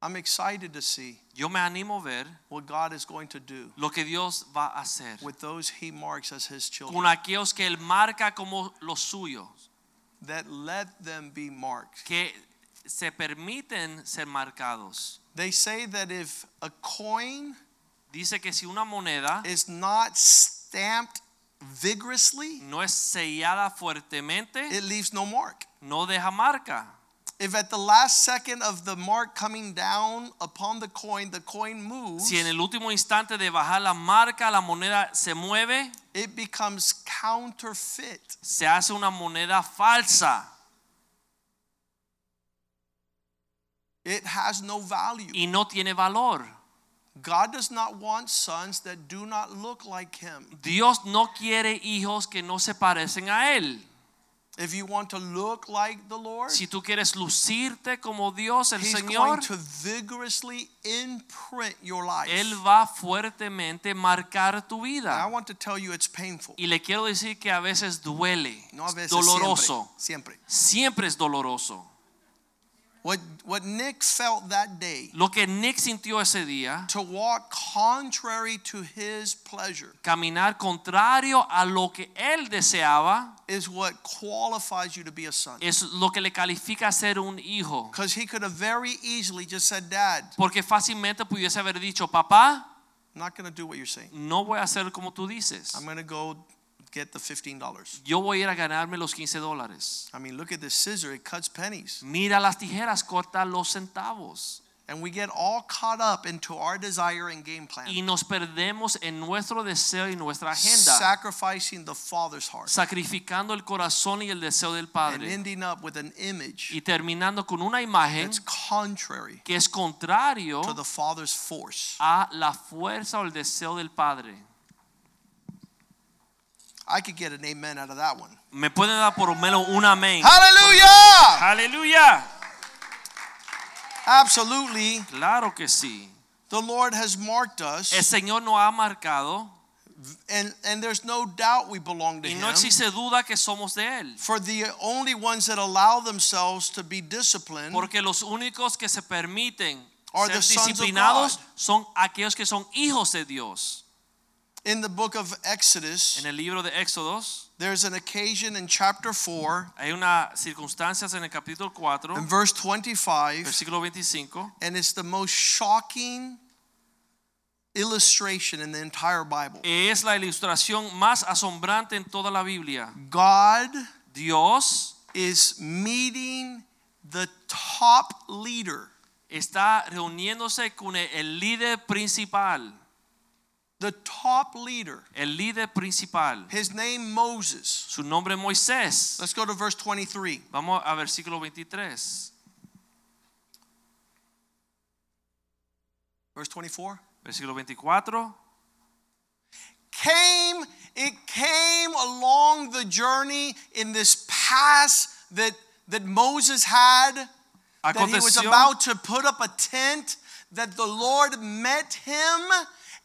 Speaker 1: I'm excited to see
Speaker 2: Yo me animo a ver
Speaker 1: what God is going to do
Speaker 2: lo que Dios va a hacer
Speaker 1: with those he marks as his children.
Speaker 2: con aquellos que Él marca como los suyos,
Speaker 1: that let them be marked.
Speaker 2: que se permiten ser marcados.
Speaker 1: They say that if a coin
Speaker 2: Dice que si una moneda
Speaker 1: is not stamped vigorously,
Speaker 2: no es sellada fuertemente,
Speaker 1: it leaves no mark.
Speaker 2: no deja marca.
Speaker 1: If at the last second of the mark coming down upon the coin, the coin moves,
Speaker 2: Si en el último instante de bajar la marca la moneda se mueve,
Speaker 1: it becomes counterfeit.
Speaker 2: se hace una moneda falsa
Speaker 1: It has no value.
Speaker 2: y no tiene valor.
Speaker 1: God does not want sons that do not look like him.
Speaker 2: Dios no quiere hijos que no se parecen a Él.
Speaker 1: If you want to look like the Lord,
Speaker 2: Si tú quieres lucirte como Dios, el
Speaker 1: he's
Speaker 2: Señor,
Speaker 1: going to vigorously imprint your life.
Speaker 2: Él va a fuertemente marcar tu
Speaker 1: And I
Speaker 2: vida.
Speaker 1: want to tell you it's painful.
Speaker 2: Y le quiero decir que a veces duele,
Speaker 1: No a veces,
Speaker 2: doloroso,
Speaker 1: Siempre. siempre.
Speaker 2: siempre es doloroso.
Speaker 1: What, what Nick felt that day
Speaker 2: Lo que Nick sintió ese día
Speaker 1: to walk contrary to his pleasure
Speaker 2: caminar contrario a lo que él deseaba
Speaker 1: is what qualifies you to be a son.
Speaker 2: es lo que le califica a ser un hijo.
Speaker 1: Because he could have very easily just said, Dad,
Speaker 2: Porque fácilmente pudiese haber dicho, papá,
Speaker 1: I'm not going to do what you're saying.
Speaker 2: no voy a hacer como tú dices.
Speaker 1: I'm going to go get the $15.
Speaker 2: Yo voy a ir a ganarme los 15 dólares.
Speaker 1: I mean, look at this scissor, it cuts pennies.
Speaker 2: Mira las tijeras, corta los centavos.
Speaker 1: And we get all caught up into our desire and game plan,
Speaker 2: Y nos perdemos en nuestro deseo y nuestra agenda,
Speaker 1: sacrificing the Father's heart
Speaker 2: sacrificando el corazón y el deseo del
Speaker 1: and
Speaker 2: Padre.
Speaker 1: ending up with an image
Speaker 2: Y terminando con una imagen
Speaker 1: that's contrary
Speaker 2: que es contrario
Speaker 1: to the Father's force.
Speaker 2: a la fuerza o el deseo del Padre.
Speaker 1: I could get an amen out of that one.
Speaker 2: Me pueden dar por lo menos un amén.
Speaker 1: Hallelujah!
Speaker 2: Aleluya.
Speaker 1: Absolutely,
Speaker 2: Claro que sí.
Speaker 1: the Lord has marked
Speaker 2: El
Speaker 1: us,
Speaker 2: Señor nos ha marcado
Speaker 1: and, and there's no doubt we belong to
Speaker 2: y
Speaker 1: Him.
Speaker 2: no existe duda que somos de Él.
Speaker 1: For the only ones that allow themselves to be disciplined
Speaker 2: Porque los únicos que se permiten
Speaker 1: Are
Speaker 2: ser
Speaker 1: the sons of
Speaker 2: disciplinados
Speaker 1: God.
Speaker 2: son aquellos que son hijos de Dios.
Speaker 1: in the book of Exodus,
Speaker 2: En el libro de Éxodos
Speaker 1: there's an occasion in chapter 4,
Speaker 2: hay unas circunstancias en el capítulo 4,
Speaker 1: in verse 25,
Speaker 2: versículo 25,
Speaker 1: and it's the most shocking illustration in the entire Bible.
Speaker 2: que es la ilustración más asombrante en toda la Biblia.
Speaker 1: God
Speaker 2: Dios
Speaker 1: is meeting the top leader.
Speaker 2: está reuniéndose con el líder principal.
Speaker 1: the top leader.
Speaker 2: el líder principal.
Speaker 1: His name Moses.
Speaker 2: Su nombre es Moisés.
Speaker 1: Let's go to verse 23.
Speaker 2: Vamos a versículo 23.
Speaker 1: Verse 24.
Speaker 2: Versículo 24.
Speaker 1: Came it came along the journey in this pass that that Moses had that he was
Speaker 2: Aconteció,
Speaker 1: about to put up a tent that the Lord met him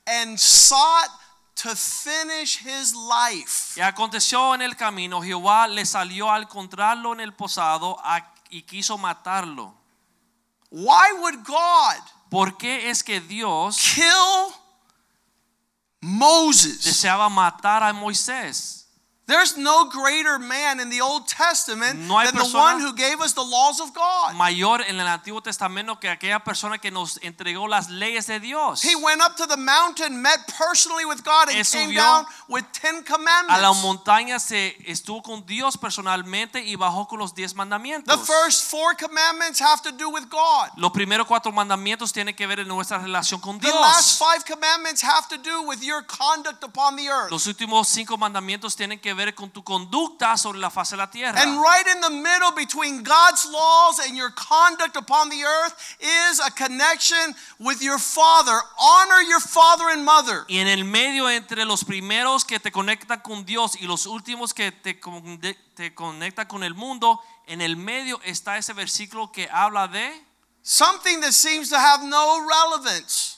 Speaker 1: and sought to finish his life.
Speaker 2: y aconteció en el camino, Jehová le salió al encontrarlo en el posado a- y quiso matarlo.
Speaker 1: Why would God
Speaker 2: ¿Por qué es que Dios
Speaker 1: kill Moses?
Speaker 2: deseaba matar a Moisés?
Speaker 1: There's no greater man in the Old Testament
Speaker 2: No hay
Speaker 1: than the
Speaker 2: persona-
Speaker 1: one who gave us the laws of God.
Speaker 2: Mayor en el Antiguo Testamento que aquella persona que nos entregó las leyes de Dios.
Speaker 1: He went up to the mountain, met personally with God, and
Speaker 2: Él
Speaker 1: came
Speaker 2: subió
Speaker 1: down with ten
Speaker 2: A la
Speaker 1: commandments.
Speaker 2: montaña se estuvo con Dios personalmente y bajó con los diez mandamientos.
Speaker 1: The first four commandments have to do with God.
Speaker 2: Los primeros cuatro mandamientos tienen que ver en nuestra relación con
Speaker 1: The last
Speaker 2: Dios.
Speaker 1: five commandments have to do with your conduct upon the earth.
Speaker 2: Los últimos cinco mandamientos tienen que que ver con tu conducta sobre la faz de la tierra.
Speaker 1: And right in the middle between God's laws and your conduct upon the earth is a connection with your father. Honor your father and mother.
Speaker 2: Y en el medio entre los primeros que te conectan con Dios y los últimos que te, con- te conectan con el mundo, en el medio está ese versículo que habla de,
Speaker 1: Something that seems to have no relevance.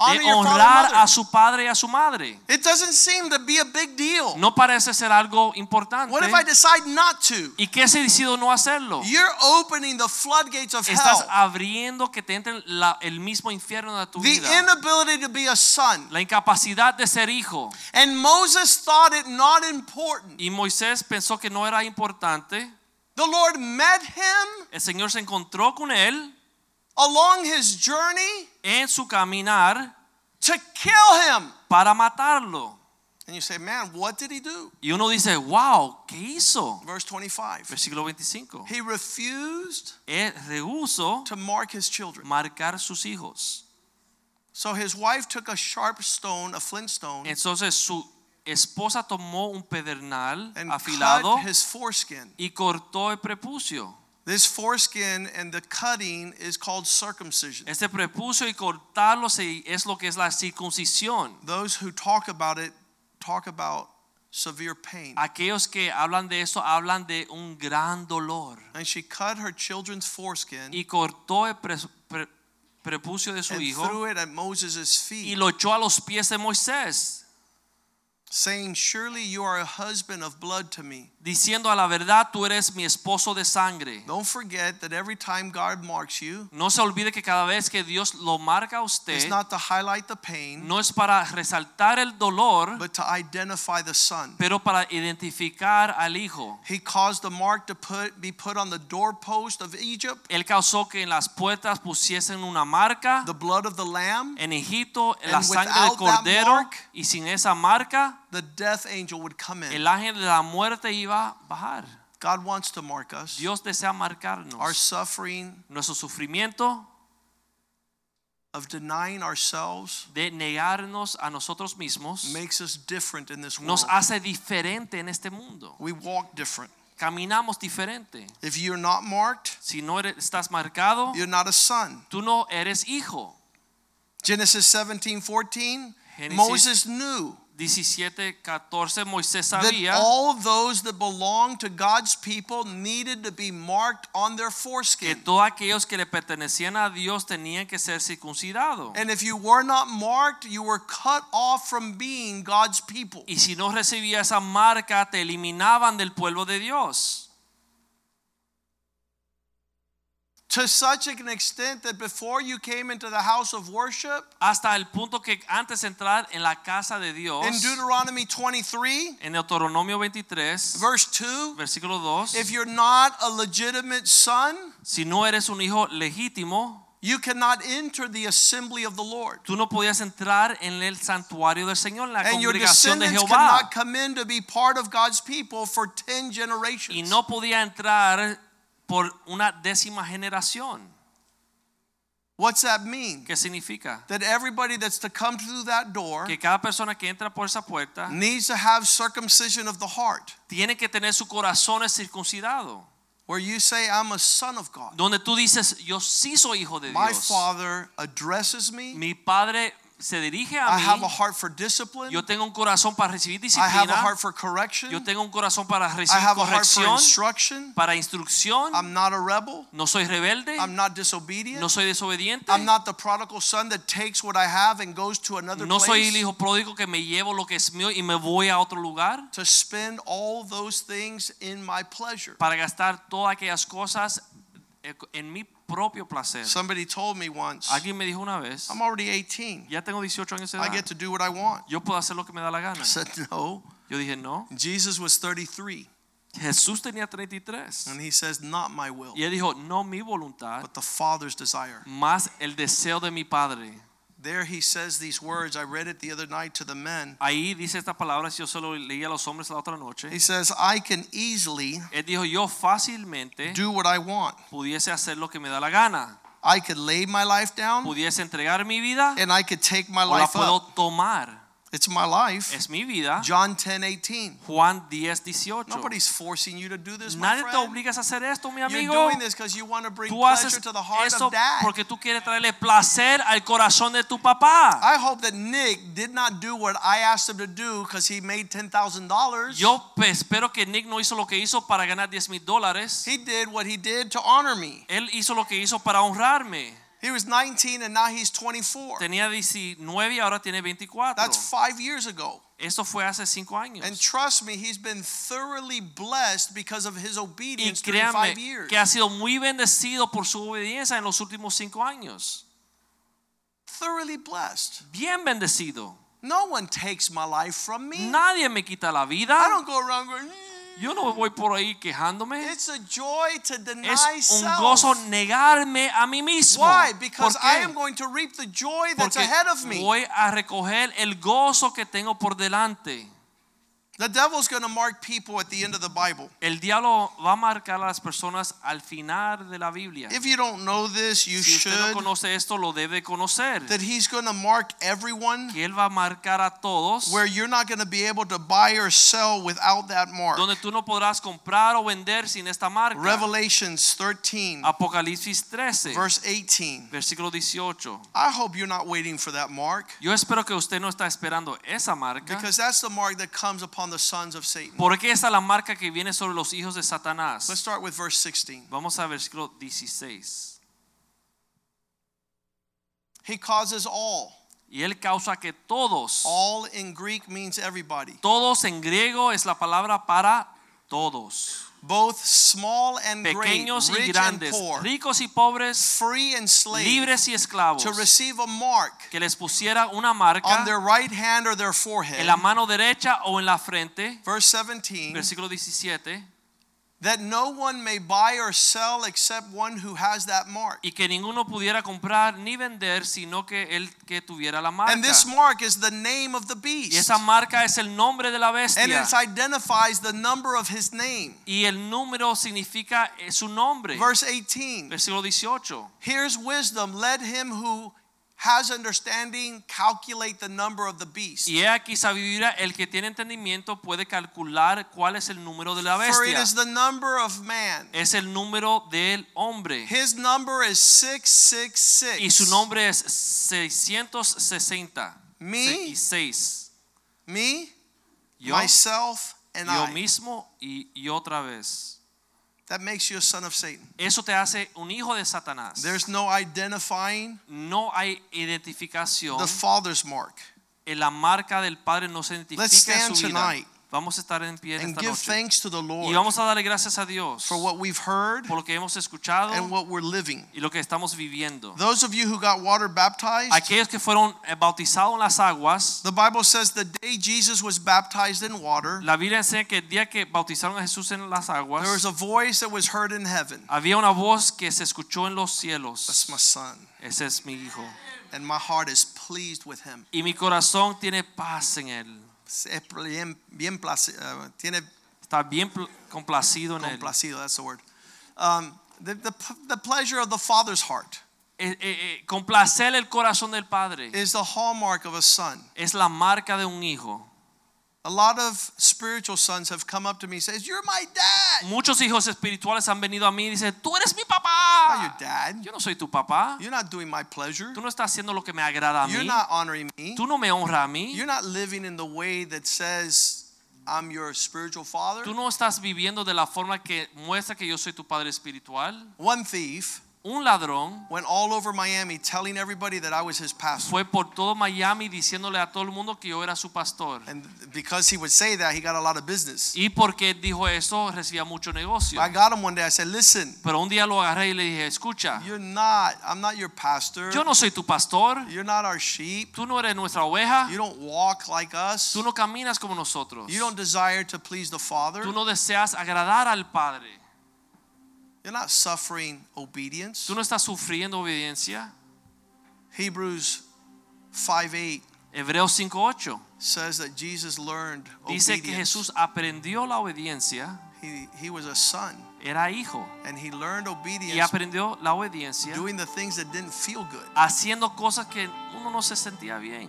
Speaker 1: Honor
Speaker 2: de
Speaker 1: your father and
Speaker 2: honrar a
Speaker 1: mother.
Speaker 2: su padre y a su madre.
Speaker 1: It doesn't seem to be a big deal.
Speaker 2: No parece ser algo importante.
Speaker 1: What if I decide not to?
Speaker 2: ¿Y qué si decido no hacerlo?
Speaker 1: You're opening the floodgates of
Speaker 2: Estás
Speaker 1: hell.
Speaker 2: abriendo que te entre la- el mismo infierno de tu
Speaker 1: The
Speaker 2: vida.
Speaker 1: inability to be a son.
Speaker 2: La incapacidad de ser hijo.
Speaker 1: And Moses thought it not important.
Speaker 2: Y Moisés pensó que no era importante.
Speaker 1: The Lord met him
Speaker 2: El Señor se encontró con él
Speaker 1: along his journey
Speaker 2: en su caminar
Speaker 1: to kill him.
Speaker 2: para matarlo.
Speaker 1: And you say, man, what did he do?
Speaker 2: Y uno dice, wow, ¿qué hizo?
Speaker 1: Verse 25.
Speaker 2: Versículo 25.
Speaker 1: He refused
Speaker 2: Él rehusó
Speaker 1: to mark his children.
Speaker 2: marcar sus hijos.
Speaker 1: So his wife took a sharp stone, a flint stone,
Speaker 2: Entonces su esposa tomó un pedernal
Speaker 1: and
Speaker 2: afilado
Speaker 1: cut his foreskin.
Speaker 2: y cortó el prepucio.
Speaker 1: This foreskin and the cutting is called circumcision.
Speaker 2: Este prepucio y cortarlo se- es lo que es la circuncisión.
Speaker 1: Those who talk about it talk about severe pain.
Speaker 2: Aquellos que hablan de eso hablan de un gran dolor.
Speaker 1: And she cut her children's foreskin
Speaker 2: Y cortó el pres- pre- prepucio de su
Speaker 1: and
Speaker 2: hijo
Speaker 1: threw it at Moses'
Speaker 2: y
Speaker 1: feet,
Speaker 2: lo echó a los pies de Moisés,
Speaker 1: saying, Surely you are a husband of blood to me.
Speaker 2: diciendo a la verdad, tú eres mi esposo de sangre.
Speaker 1: Don't forget that every time God marks you,
Speaker 2: No se olvide que cada vez que Dios lo marca a usted,
Speaker 1: it's not to highlight the pain,
Speaker 2: no es para resaltar el dolor,
Speaker 1: but to identify the son.
Speaker 2: pero para identificar al hijo.
Speaker 1: He caused the mark to put, be put on the doorpost of Egypt,
Speaker 2: Él causó que en las puertas pusiesen una marca.
Speaker 1: the blood of the lamb.
Speaker 2: En Egipto, en la
Speaker 1: And
Speaker 2: sangre del
Speaker 1: without that
Speaker 2: cordero,
Speaker 1: mark,
Speaker 2: y sin esa marca,
Speaker 1: The death angel would come in.
Speaker 2: el ángel de la muerte iba a bajar.
Speaker 1: God wants to mark us.
Speaker 2: Dios desea
Speaker 1: Our
Speaker 2: marcarnos
Speaker 1: suffering
Speaker 2: nuestro sufrimiento
Speaker 1: of denying ourselves
Speaker 2: de negarnos a nosotros mismos
Speaker 1: makes us different in this world.
Speaker 2: nos hace diferente en este mundo.
Speaker 1: We walk different.
Speaker 2: Caminamos diferente.
Speaker 1: If you're not marked,
Speaker 2: Si no eres- estás marcado,
Speaker 1: you're not a son.
Speaker 2: tú no eres hijo.
Speaker 1: Genesis 17 14,
Speaker 2: Genesis-
Speaker 1: Moses knew
Speaker 2: 17, 14, Moisés
Speaker 1: that
Speaker 2: sabía
Speaker 1: all those that belonged to God's people needed to be marked on their
Speaker 2: que
Speaker 1: foreskin.
Speaker 2: todos aquellos que le pertenecían a Dios tenían que ser circuncidados.
Speaker 1: And if you were not marked, you were cut off from being God's people.
Speaker 2: Y si no recibía esa marca, te eliminaban del pueblo de Dios.
Speaker 1: To such an extent that before you came into the house of worship,
Speaker 2: Hasta el punto que antes de entrar en la casa de Dios,
Speaker 1: in Deuteronomy 23,
Speaker 2: en Deuteronomio 23,
Speaker 1: verse 2,
Speaker 2: versículo 2,
Speaker 1: if you're not a legitimate son,
Speaker 2: si no eres un hijo legítimo,
Speaker 1: you cannot enter the assembly of the Lord.
Speaker 2: tú no podías entrar en el santuario del Señor, en la
Speaker 1: And your
Speaker 2: congregación de
Speaker 1: descendants
Speaker 2: Jehová.
Speaker 1: cannot come in to be part of God's people for 10
Speaker 2: Y
Speaker 1: generations.
Speaker 2: no podía entrar por una décima generación.
Speaker 1: What's that mean?
Speaker 2: ¿Qué significa?
Speaker 1: That everybody that's to come through that door
Speaker 2: Que cada persona que entra por esa puerta
Speaker 1: needs to have circumcision of the heart,
Speaker 2: tiene que tener su corazón circuncidado.
Speaker 1: where you say, I'm a son of God.
Speaker 2: Donde tú dices, yo sí soy hijo de
Speaker 1: My
Speaker 2: Dios.
Speaker 1: father addresses me.
Speaker 2: Mi padre se dirige a
Speaker 1: I have a
Speaker 2: mí.
Speaker 1: heart for discipline.
Speaker 2: Yo tengo un corazón para recibir
Speaker 1: I have a
Speaker 2: disciplina.
Speaker 1: heart for correction.
Speaker 2: Yo tengo un corazón para
Speaker 1: I
Speaker 2: recibir
Speaker 1: have a heart for
Speaker 2: corrección,
Speaker 1: instruction.
Speaker 2: para instrucción.
Speaker 1: I'm not a rebel.
Speaker 2: No soy rebelde.
Speaker 1: I'm not disobedient.
Speaker 2: No soy desobediente.
Speaker 1: I'm not the prodigal son that takes what I have and goes to another
Speaker 2: No soy
Speaker 1: place
Speaker 2: el hijo pródigo que me llevo lo que es mío y me voy a otro lugar
Speaker 1: to spend all those things in my pleasure.
Speaker 2: para gastar todas aquellas cosas eh, en mi propio placer.
Speaker 1: Somebody told me once,
Speaker 2: Alguien me dijo una vez,
Speaker 1: I'm already 18.
Speaker 2: ya tengo 18 años de
Speaker 1: I
Speaker 2: edad.
Speaker 1: get to do what I want.
Speaker 2: Yo puedo hacer lo que me da la
Speaker 1: I
Speaker 2: gana.
Speaker 1: said, No.
Speaker 2: Yo dije, no.
Speaker 1: Jesus was 33,
Speaker 2: Jesús tenía 33.
Speaker 1: and he says, Not my will,
Speaker 2: Y él dijo, no mi voluntad,
Speaker 1: but the Father's desire.
Speaker 2: más el deseo de mi Padre.
Speaker 1: There he says these words. I read it the other night to the men.
Speaker 2: Ahí dice esta palabra, si yo solo leí a los hombres la otra noche.
Speaker 1: He says, I can easily
Speaker 2: Él dijo, yo fácilmente
Speaker 1: do what I want.
Speaker 2: pudiese hacer lo que me da la gana.
Speaker 1: I could lay my life down,
Speaker 2: Pudiese entregar mi vida
Speaker 1: and I could take my
Speaker 2: o la
Speaker 1: life
Speaker 2: puedo
Speaker 1: up.
Speaker 2: tomar.
Speaker 1: It's my life.
Speaker 2: Es mi vida.
Speaker 1: John 10 18.
Speaker 2: Juan 10, 18.
Speaker 1: Nobody's forcing you to do this, my
Speaker 2: Nadie te
Speaker 1: friend.
Speaker 2: obliga a hacer esto, mi
Speaker 1: You're
Speaker 2: amigo.
Speaker 1: doing this because you want to bring
Speaker 2: Tú haces
Speaker 1: pleasure to the heart
Speaker 2: eso
Speaker 1: of dad.
Speaker 2: porque tú quieres traerle placer al corazón de tu papá.
Speaker 1: I hope that Nick did not do what I asked him to do because he made ten thousand dollars.
Speaker 2: Yo pues, espero que Nick no hizo lo que hizo para ganar 10 mil dólares.
Speaker 1: He did what he did to honor me.
Speaker 2: Él hizo lo que hizo para honrarme.
Speaker 1: He was 19 and now he's 24.
Speaker 2: Tenía 19 y ahora tiene 24.
Speaker 1: That's five years ago.
Speaker 2: Eso fue hace 5
Speaker 1: And
Speaker 2: años.
Speaker 1: trust me, he's been thoroughly blessed because of his
Speaker 2: Y
Speaker 1: obedience during
Speaker 2: créanme
Speaker 1: five years.
Speaker 2: que ha sido muy bendecido por su obediencia en los últimos 5 años.
Speaker 1: Thoroughly blessed.
Speaker 2: Bien bendecido.
Speaker 1: No one takes my life from me.
Speaker 2: Nadie me quita la
Speaker 1: I
Speaker 2: vida.
Speaker 1: don't go around going, "Eh."
Speaker 2: Yo no voy por ahí quejándome.
Speaker 1: it's a joy to deny
Speaker 2: Es un
Speaker 1: self.
Speaker 2: gozo negarme a mí mismo.
Speaker 1: Why?
Speaker 2: ¿Por
Speaker 1: Because
Speaker 2: qué?
Speaker 1: I am going to reap the joy that's
Speaker 2: Porque
Speaker 1: ahead of me.
Speaker 2: voy a recoger el gozo que tengo por delante.
Speaker 1: The devil's going to mark people at the end of the Bible.
Speaker 2: El diablo va a marcar a las personas al final de la Biblia.
Speaker 1: If you don't know this, you
Speaker 2: si usted no
Speaker 1: should.
Speaker 2: conoce esto, lo debe conocer.
Speaker 1: That he's going to mark everyone
Speaker 2: Que él va a marcar a todos.
Speaker 1: where you're not going to be able to buy or sell without that mark.
Speaker 2: Donde tú no podrás comprar o vender sin esta marca.
Speaker 1: Revelations 13,
Speaker 2: Ah, Apocalipsis 13,
Speaker 1: verse 18.
Speaker 2: versículo 18.
Speaker 1: I hope you're not waiting for that mark
Speaker 2: Yo espero que usted no está esperando esa marca.
Speaker 1: because that's the mark that comes upon the sons of Satan.
Speaker 2: Porque esa es la marca que viene sobre los hijos de
Speaker 1: Let's
Speaker 2: Satanás.
Speaker 1: start with verse 16.
Speaker 2: Vamos al versículo 16.
Speaker 1: He causes all.
Speaker 2: Y él causa que todos,
Speaker 1: All in Greek means everybody,
Speaker 2: todos en griego es la palabra para todos,
Speaker 1: both small and great,
Speaker 2: pequeños y
Speaker 1: rich and
Speaker 2: grandes,
Speaker 1: poor,
Speaker 2: ricos y pobres,
Speaker 1: free and slave,
Speaker 2: libres y esclavos,
Speaker 1: to receive a mark
Speaker 2: que les pusiera una
Speaker 1: on
Speaker 2: marca
Speaker 1: their right hand or their
Speaker 2: en
Speaker 1: forehead.
Speaker 2: la mano derecha o en la frente.
Speaker 1: Verse 17
Speaker 2: Versículo 17.
Speaker 1: that no one may buy or sell except one who has that mark.
Speaker 2: Y que ninguno pudiera comprar ni vender, sino que el que tuviera la marca.
Speaker 1: And this mark is the name of the
Speaker 2: Y
Speaker 1: beast.
Speaker 2: esa marca es el nombre de la
Speaker 1: And
Speaker 2: bestia.
Speaker 1: it identifies the number of his name.
Speaker 2: Y el número significa eh, su nombre.
Speaker 1: Verse 18
Speaker 2: Versículo 18.
Speaker 1: Here's wisdom. Let him who has understanding calculate the number of the beast.
Speaker 2: Y he aquí sabiduría, el que tiene entendimiento puede calcular cuál es el número de la
Speaker 1: For it
Speaker 2: bestia.
Speaker 1: is the number of man.
Speaker 2: Es el número del hombre.
Speaker 1: His number is
Speaker 2: Y su
Speaker 1: 666.
Speaker 2: nombre es 660.
Speaker 1: Me?
Speaker 2: Se- Y seis.
Speaker 1: Me,
Speaker 2: Yo,
Speaker 1: myself, and
Speaker 2: yo
Speaker 1: I.
Speaker 2: mismo y, y otra vez.
Speaker 1: That makes you a son of Satan.
Speaker 2: Eso te hace un hijo de Satanás.
Speaker 1: There's no identifying
Speaker 2: no hay identificación.
Speaker 1: the father's mark.
Speaker 2: En la marca del Padre no se identifica
Speaker 1: Let's
Speaker 2: en
Speaker 1: stand
Speaker 2: su vida.
Speaker 1: tonight
Speaker 2: Vamos a estar en pie en
Speaker 1: And
Speaker 2: esta
Speaker 1: give
Speaker 2: noche.
Speaker 1: thanks to the
Speaker 2: Y
Speaker 1: Lord
Speaker 2: vamos a darle gracias a Dios
Speaker 1: for what we've heard
Speaker 2: por lo que hemos escuchado
Speaker 1: and what we're living.
Speaker 2: y lo que estamos viviendo.
Speaker 1: Those of you who got water baptized,
Speaker 2: Aquellos que fueron eh, bautizados en las aguas,
Speaker 1: the Bible says the day Jesus was baptized in water,
Speaker 2: la Biblia enseña que el día que bautizaron a Jesús en las
Speaker 1: there was
Speaker 2: aguas,
Speaker 1: a voice that was heard in heaven.
Speaker 2: había una voz que se escuchó en los
Speaker 1: That's
Speaker 2: cielos.
Speaker 1: my son,
Speaker 2: Ese es mi hijo.
Speaker 1: and my heart is pleased with him.
Speaker 2: Y mi corazón tiene paz en él.
Speaker 1: Es Bien, bien place- uh, tiene
Speaker 2: Está bien pl- complacido en él.
Speaker 1: complacido, that's the word. Um, the, the, the pleasure of the father's heart
Speaker 2: Eh, eh, eh, complacer el corazón del Padre
Speaker 1: is the hallmark of a son.
Speaker 2: es la marca de un hijo.
Speaker 1: A lot of spiritual sons have come up to me and says, "You're my dad."
Speaker 2: Muchos hijos espirituales han venido a mí y dicen, tú eres mi
Speaker 1: Not your
Speaker 2: papá.
Speaker 1: dad.
Speaker 2: Yo no soy tu papá.
Speaker 1: You're not doing my pleasure.
Speaker 2: Tú no estás haciendo lo que me agrada a
Speaker 1: You're
Speaker 2: mí.
Speaker 1: not honoring me.
Speaker 2: Tú no me honras a mí.
Speaker 1: You're not living in the way that says I'm your spiritual father.
Speaker 2: Tú no estás viviendo de la forma que muestra que yo soy tu padre espiritual.
Speaker 1: One thief
Speaker 2: Un ladrón
Speaker 1: went all over Miami telling everybody that I was his pastor.
Speaker 2: fue por todo Miami diciéndole a todo el mundo que yo era su pastor.
Speaker 1: And because he would say that, he got a lot of business.
Speaker 2: Y porque él dijo eso, recibía mucho negocio.
Speaker 1: I got him one day. I said, "Listen,
Speaker 2: Pero un día lo agarré y le dije, escucha,
Speaker 1: you're not. I'm not your pastor.
Speaker 2: yo no soy tu pastor.
Speaker 1: You're not our sheep.
Speaker 2: Tú no eres nuestra oveja.
Speaker 1: You don't walk like us.
Speaker 2: Tú no caminas como nosotros.
Speaker 1: You don't desire to please the Father.
Speaker 2: Tú no deseas agradar al Padre.
Speaker 1: You're not suffering obedience."
Speaker 2: Tú no estás sufriendo obediencia.
Speaker 1: Hebrews 5:8
Speaker 2: Hebreos 5.8
Speaker 1: says that Jesus learned
Speaker 2: dice que
Speaker 1: obedience.
Speaker 2: Jesús aprendió la obediencia.
Speaker 1: He, he was a son
Speaker 2: Era hijo.
Speaker 1: and he learned
Speaker 2: Y
Speaker 1: obedience
Speaker 2: aprendió la obediencia
Speaker 1: doing the things that didn't feel good.
Speaker 2: haciendo cosas que uno no se sentía bien.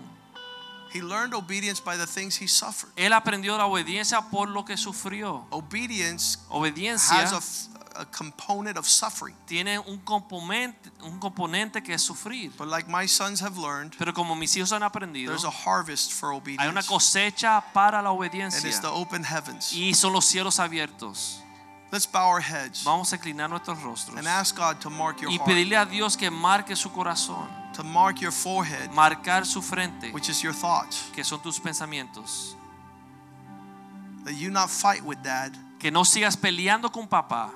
Speaker 3: He learned obedience by the things he suffered.
Speaker 2: Él aprendió la obediencia por lo que sufrió.
Speaker 3: Obedience has a,
Speaker 2: Obediencia
Speaker 3: f- a component of suffering.
Speaker 2: tiene un componente, un componente que es sufrir.
Speaker 3: But like my sons have learned,
Speaker 2: Pero como mis hijos han aprendido,
Speaker 3: there's a harvest for
Speaker 2: hay una
Speaker 3: obedience,
Speaker 2: cosecha para la
Speaker 3: and it's the
Speaker 2: obediencia.
Speaker 3: open heavens.
Speaker 2: Y son los cielos abiertos.
Speaker 3: Let's bow our heads
Speaker 2: Vamos a inclinar nuestros rostros
Speaker 3: and ask God to mark your
Speaker 2: y
Speaker 3: heart,
Speaker 2: pedirle a Dios que marque su corazón,
Speaker 3: to mark your forehead,
Speaker 2: marcar su frente,
Speaker 3: which is your thoughts,
Speaker 2: que son tus pensamientos.
Speaker 3: that you not fight with dad,
Speaker 2: Que no sigas peleando con papá,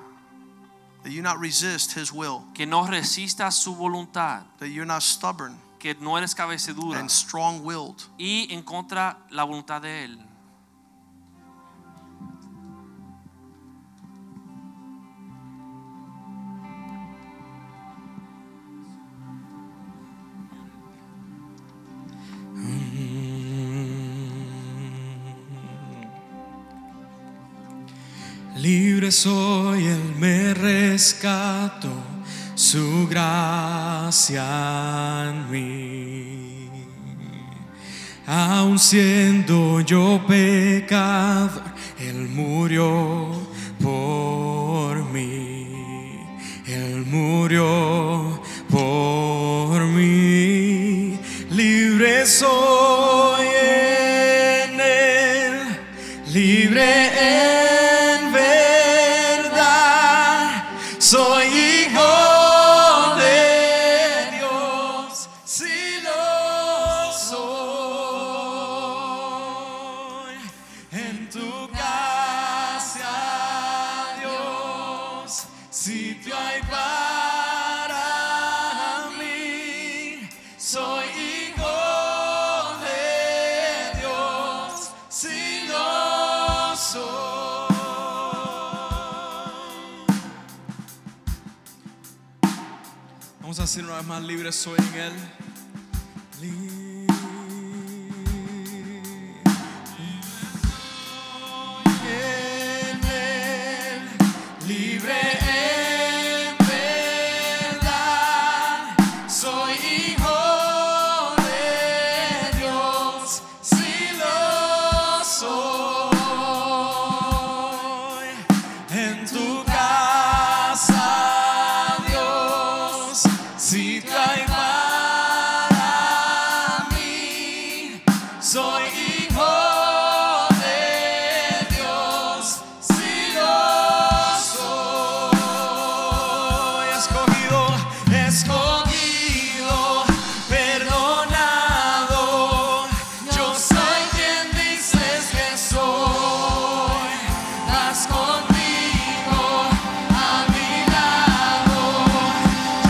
Speaker 3: that you not resist his will,
Speaker 2: que no resistas su voluntad,
Speaker 3: that you're not stubborn
Speaker 2: que no eres cabecedura
Speaker 3: and strong willed.
Speaker 2: y en contra la voluntad de él.
Speaker 5: Libre soy, Él me rescató, su gracia en mí. Aun siendo yo pecador, Él murió por mí. Él murió por mí. Libre soy en Él, libre en verdad. Soy hijo de Dios, si lo soy. En tu casa, Dios, sitio hay para mí. Soy hijo de Dios, si lo soy. Vamos a decir una vez más libre soy en él. Libre libre en verdad, Soy hijo de Dios, si lo soy. En tu casa, Dios, si hay para mí, soy hijo de Dios, si lo soy. Escogido, escogido, perdonado, yo soy quien dices que soy. Vas conmigo a mi lado.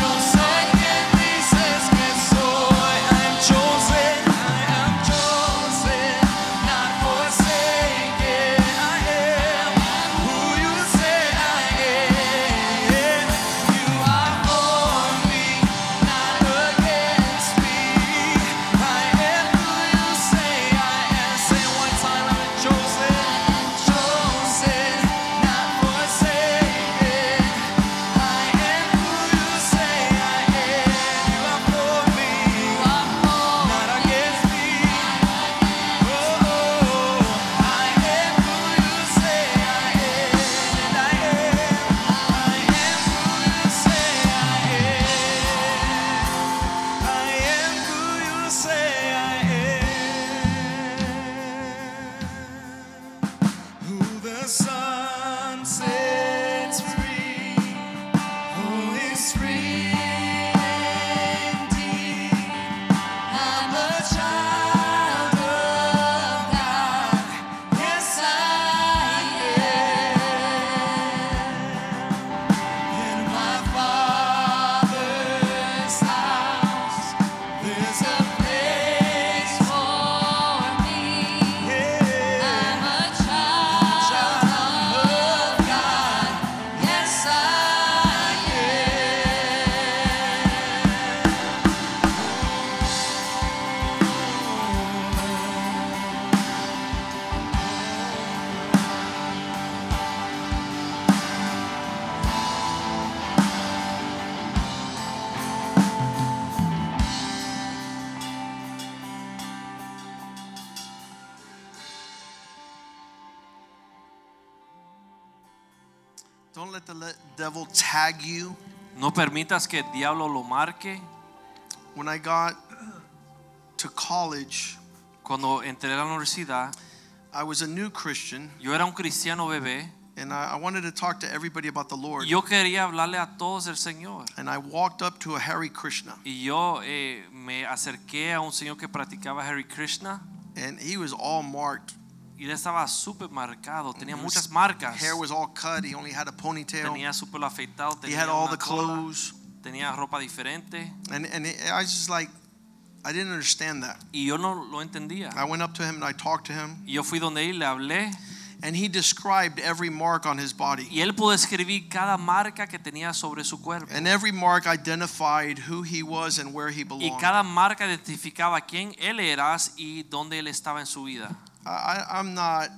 Speaker 5: Yo soy quien dices que soy. I am chosen, I am chosen.
Speaker 1: Don't let the le- devil tag you.
Speaker 2: No permitas que el diablo lo marque.
Speaker 1: When I got to college,
Speaker 2: Cuando entré a la universidad,
Speaker 1: I was a new Christian,
Speaker 2: yo era un cristiano bebé.
Speaker 1: and I, I wanted to talk to everybody about the Lord.
Speaker 2: y Yo quería hablarle a todos del Señor.
Speaker 1: And I walked up to a Hare Krishna,
Speaker 2: Y yo eh, me acerqué a un señor que practicaba Hare Krishna
Speaker 1: and he was all marked.
Speaker 2: y él estaba súper marcado, tenía muchas marcas.
Speaker 1: Hair was all cut. He only had a ponytail.
Speaker 2: Tenía su pelo afeitado,
Speaker 1: He
Speaker 2: tenía,
Speaker 1: had all
Speaker 2: una
Speaker 1: the
Speaker 2: cola,
Speaker 1: clothes.
Speaker 2: tenía ropa diferente
Speaker 1: And, and it- I was just like, I didn't understand that.
Speaker 2: y yo no lo entendía.
Speaker 1: I went up to him and I talked to him,
Speaker 2: Y yo fui donde él le hablé
Speaker 1: and he described every mark on his body.
Speaker 2: y él pudo escribir cada marca que tenía sobre su cuerpo.
Speaker 1: And every mark identified who he was and where he
Speaker 2: Y
Speaker 1: belonged. I,
Speaker 2: cada marca identificaba quién él era y dónde él estaba en su vida.
Speaker 1: I, I'm not,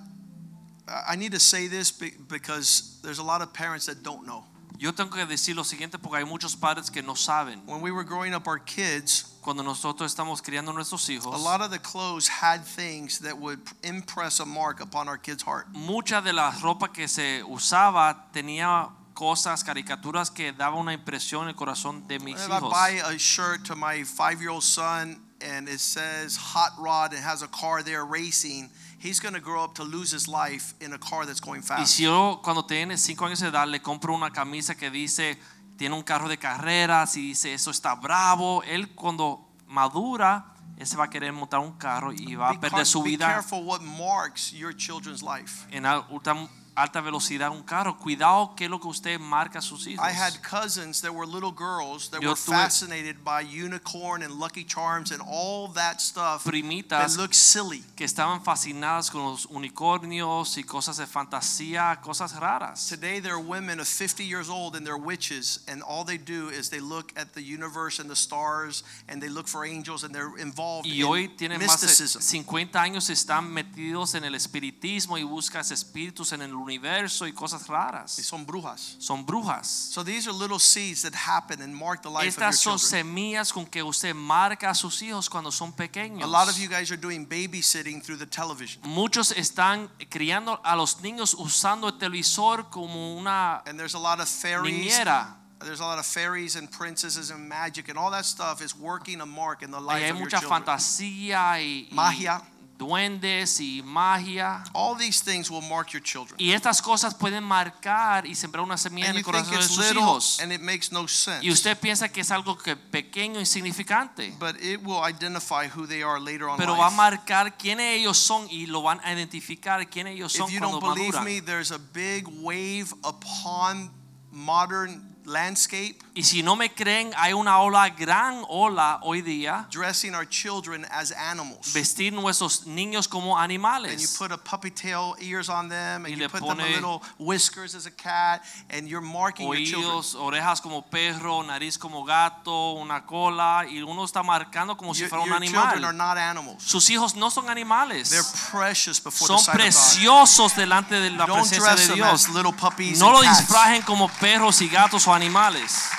Speaker 1: I I need to say this be- because there's a lot of parents that don't know.
Speaker 2: Yo tengo que decir lo siguiente porque hay muchos padres que no saben.
Speaker 1: When we were growing up, our kids,
Speaker 2: Cuando nosotros estamos criando a nuestros hijos,
Speaker 1: a lot of the clothes had things that would impress a mark upon our kids' heart.
Speaker 2: mucha de la ropa que se usaba tenía cosas, caricaturas que daba una impresión en el corazón de mis
Speaker 1: If I
Speaker 2: hijos.
Speaker 1: buy a shirt to my five-year-old son and it says hot rod and has a car there racing, he's going to grow up to lose his life in a car that's going
Speaker 2: Y
Speaker 1: fast.
Speaker 2: si yo cuando tiene 5 años de edad le compro una camisa que dice tiene un carro de carreras y dice eso está bravo, él cuando madura él se va a querer montar un carro y va
Speaker 1: Be,
Speaker 2: a perder
Speaker 1: car-
Speaker 2: su
Speaker 1: be
Speaker 2: vida
Speaker 1: careful what marks your children's life.
Speaker 2: en alta, alta velocidad un carro. Cuidado que es lo que usted marca a sus hijos.
Speaker 1: I had cousins that were little girls that
Speaker 2: Yo
Speaker 1: were
Speaker 2: tuve-
Speaker 1: fascinated by unicorn and Lucky Charms and all that stuff that
Speaker 2: primitas
Speaker 1: looked silly.
Speaker 2: que estaban fascinadas con los unicornios y cosas de fantasía, cosas raras.
Speaker 1: Today there are women of 50 years old and they're witches and all they do is they look at the universe and the stars and they look for angels and they're involved
Speaker 2: Y
Speaker 1: in
Speaker 2: hoy tienen más de
Speaker 1: mysticism.
Speaker 2: 50 años y están metidos en el espiritismo y buscan espíritus en el universo y cosas raras.
Speaker 1: Y son brujas.
Speaker 2: son brujas.
Speaker 1: So these are little seeds that happen and mark the life
Speaker 2: Estas
Speaker 1: of your
Speaker 2: son
Speaker 1: children.
Speaker 2: semillas con que usted marca a sus hijos cuando son pequeños.
Speaker 1: A lot of you guys are doing babysitting through the television.
Speaker 2: Muchos están criando a los niños usando el televisor como una
Speaker 1: And there's a lot of fairies.
Speaker 2: niñera.
Speaker 1: There's a lot of fairies and princesses and magic and all that stuff is working a mark in the
Speaker 2: Y
Speaker 1: life
Speaker 2: hay
Speaker 1: of your
Speaker 2: mucha
Speaker 1: children.
Speaker 2: fantasía y, y
Speaker 1: Magia.
Speaker 2: duendes y magia.
Speaker 1: All these things will mark your children.
Speaker 2: Y estas cosas pueden marcar y sembrar una semilla en
Speaker 1: And you
Speaker 2: el
Speaker 1: think
Speaker 2: corazón de
Speaker 1: it's
Speaker 2: sus
Speaker 1: little
Speaker 2: hijos.
Speaker 1: and it makes no sense.
Speaker 2: Y usted piensa que es algo que pequeño, insignificante,
Speaker 1: but it will identify who they are later on
Speaker 2: pero
Speaker 1: life.
Speaker 2: va a marcar quiénes ellos son y lo van a identificar quiénes ellos son
Speaker 1: if you
Speaker 2: cuando
Speaker 1: don't believe
Speaker 2: maduran.
Speaker 1: me, there's a big wave upon modern landscape
Speaker 2: Y si no me creen, hay una ola, gran ola hoy día,
Speaker 1: dressing our children as animals.
Speaker 2: vestir nuestros niños como
Speaker 1: and you
Speaker 2: animales.
Speaker 1: put a puppy tail ears on them,
Speaker 2: Y
Speaker 1: and
Speaker 2: le
Speaker 1: you put them a
Speaker 2: pone-
Speaker 1: little whiskers as a cat, and you're marking your children.
Speaker 2: Oídos, orejas como perro, nariz como gato, una cola, y uno está marcando como si
Speaker 1: Your,
Speaker 2: fuera un
Speaker 1: your children are
Speaker 2: animal.
Speaker 1: not animals.
Speaker 2: Sus hijos no son
Speaker 1: They're
Speaker 2: animales,
Speaker 1: precious before
Speaker 2: son
Speaker 1: the sight of
Speaker 2: preciosos delante de
Speaker 1: God.
Speaker 2: la
Speaker 1: Don't
Speaker 2: presencia
Speaker 1: dress
Speaker 2: de
Speaker 1: them
Speaker 2: Dios.
Speaker 1: as little puppies
Speaker 2: No
Speaker 1: and
Speaker 2: lo
Speaker 1: cats.
Speaker 2: disfrajen como perros y gatos o animales.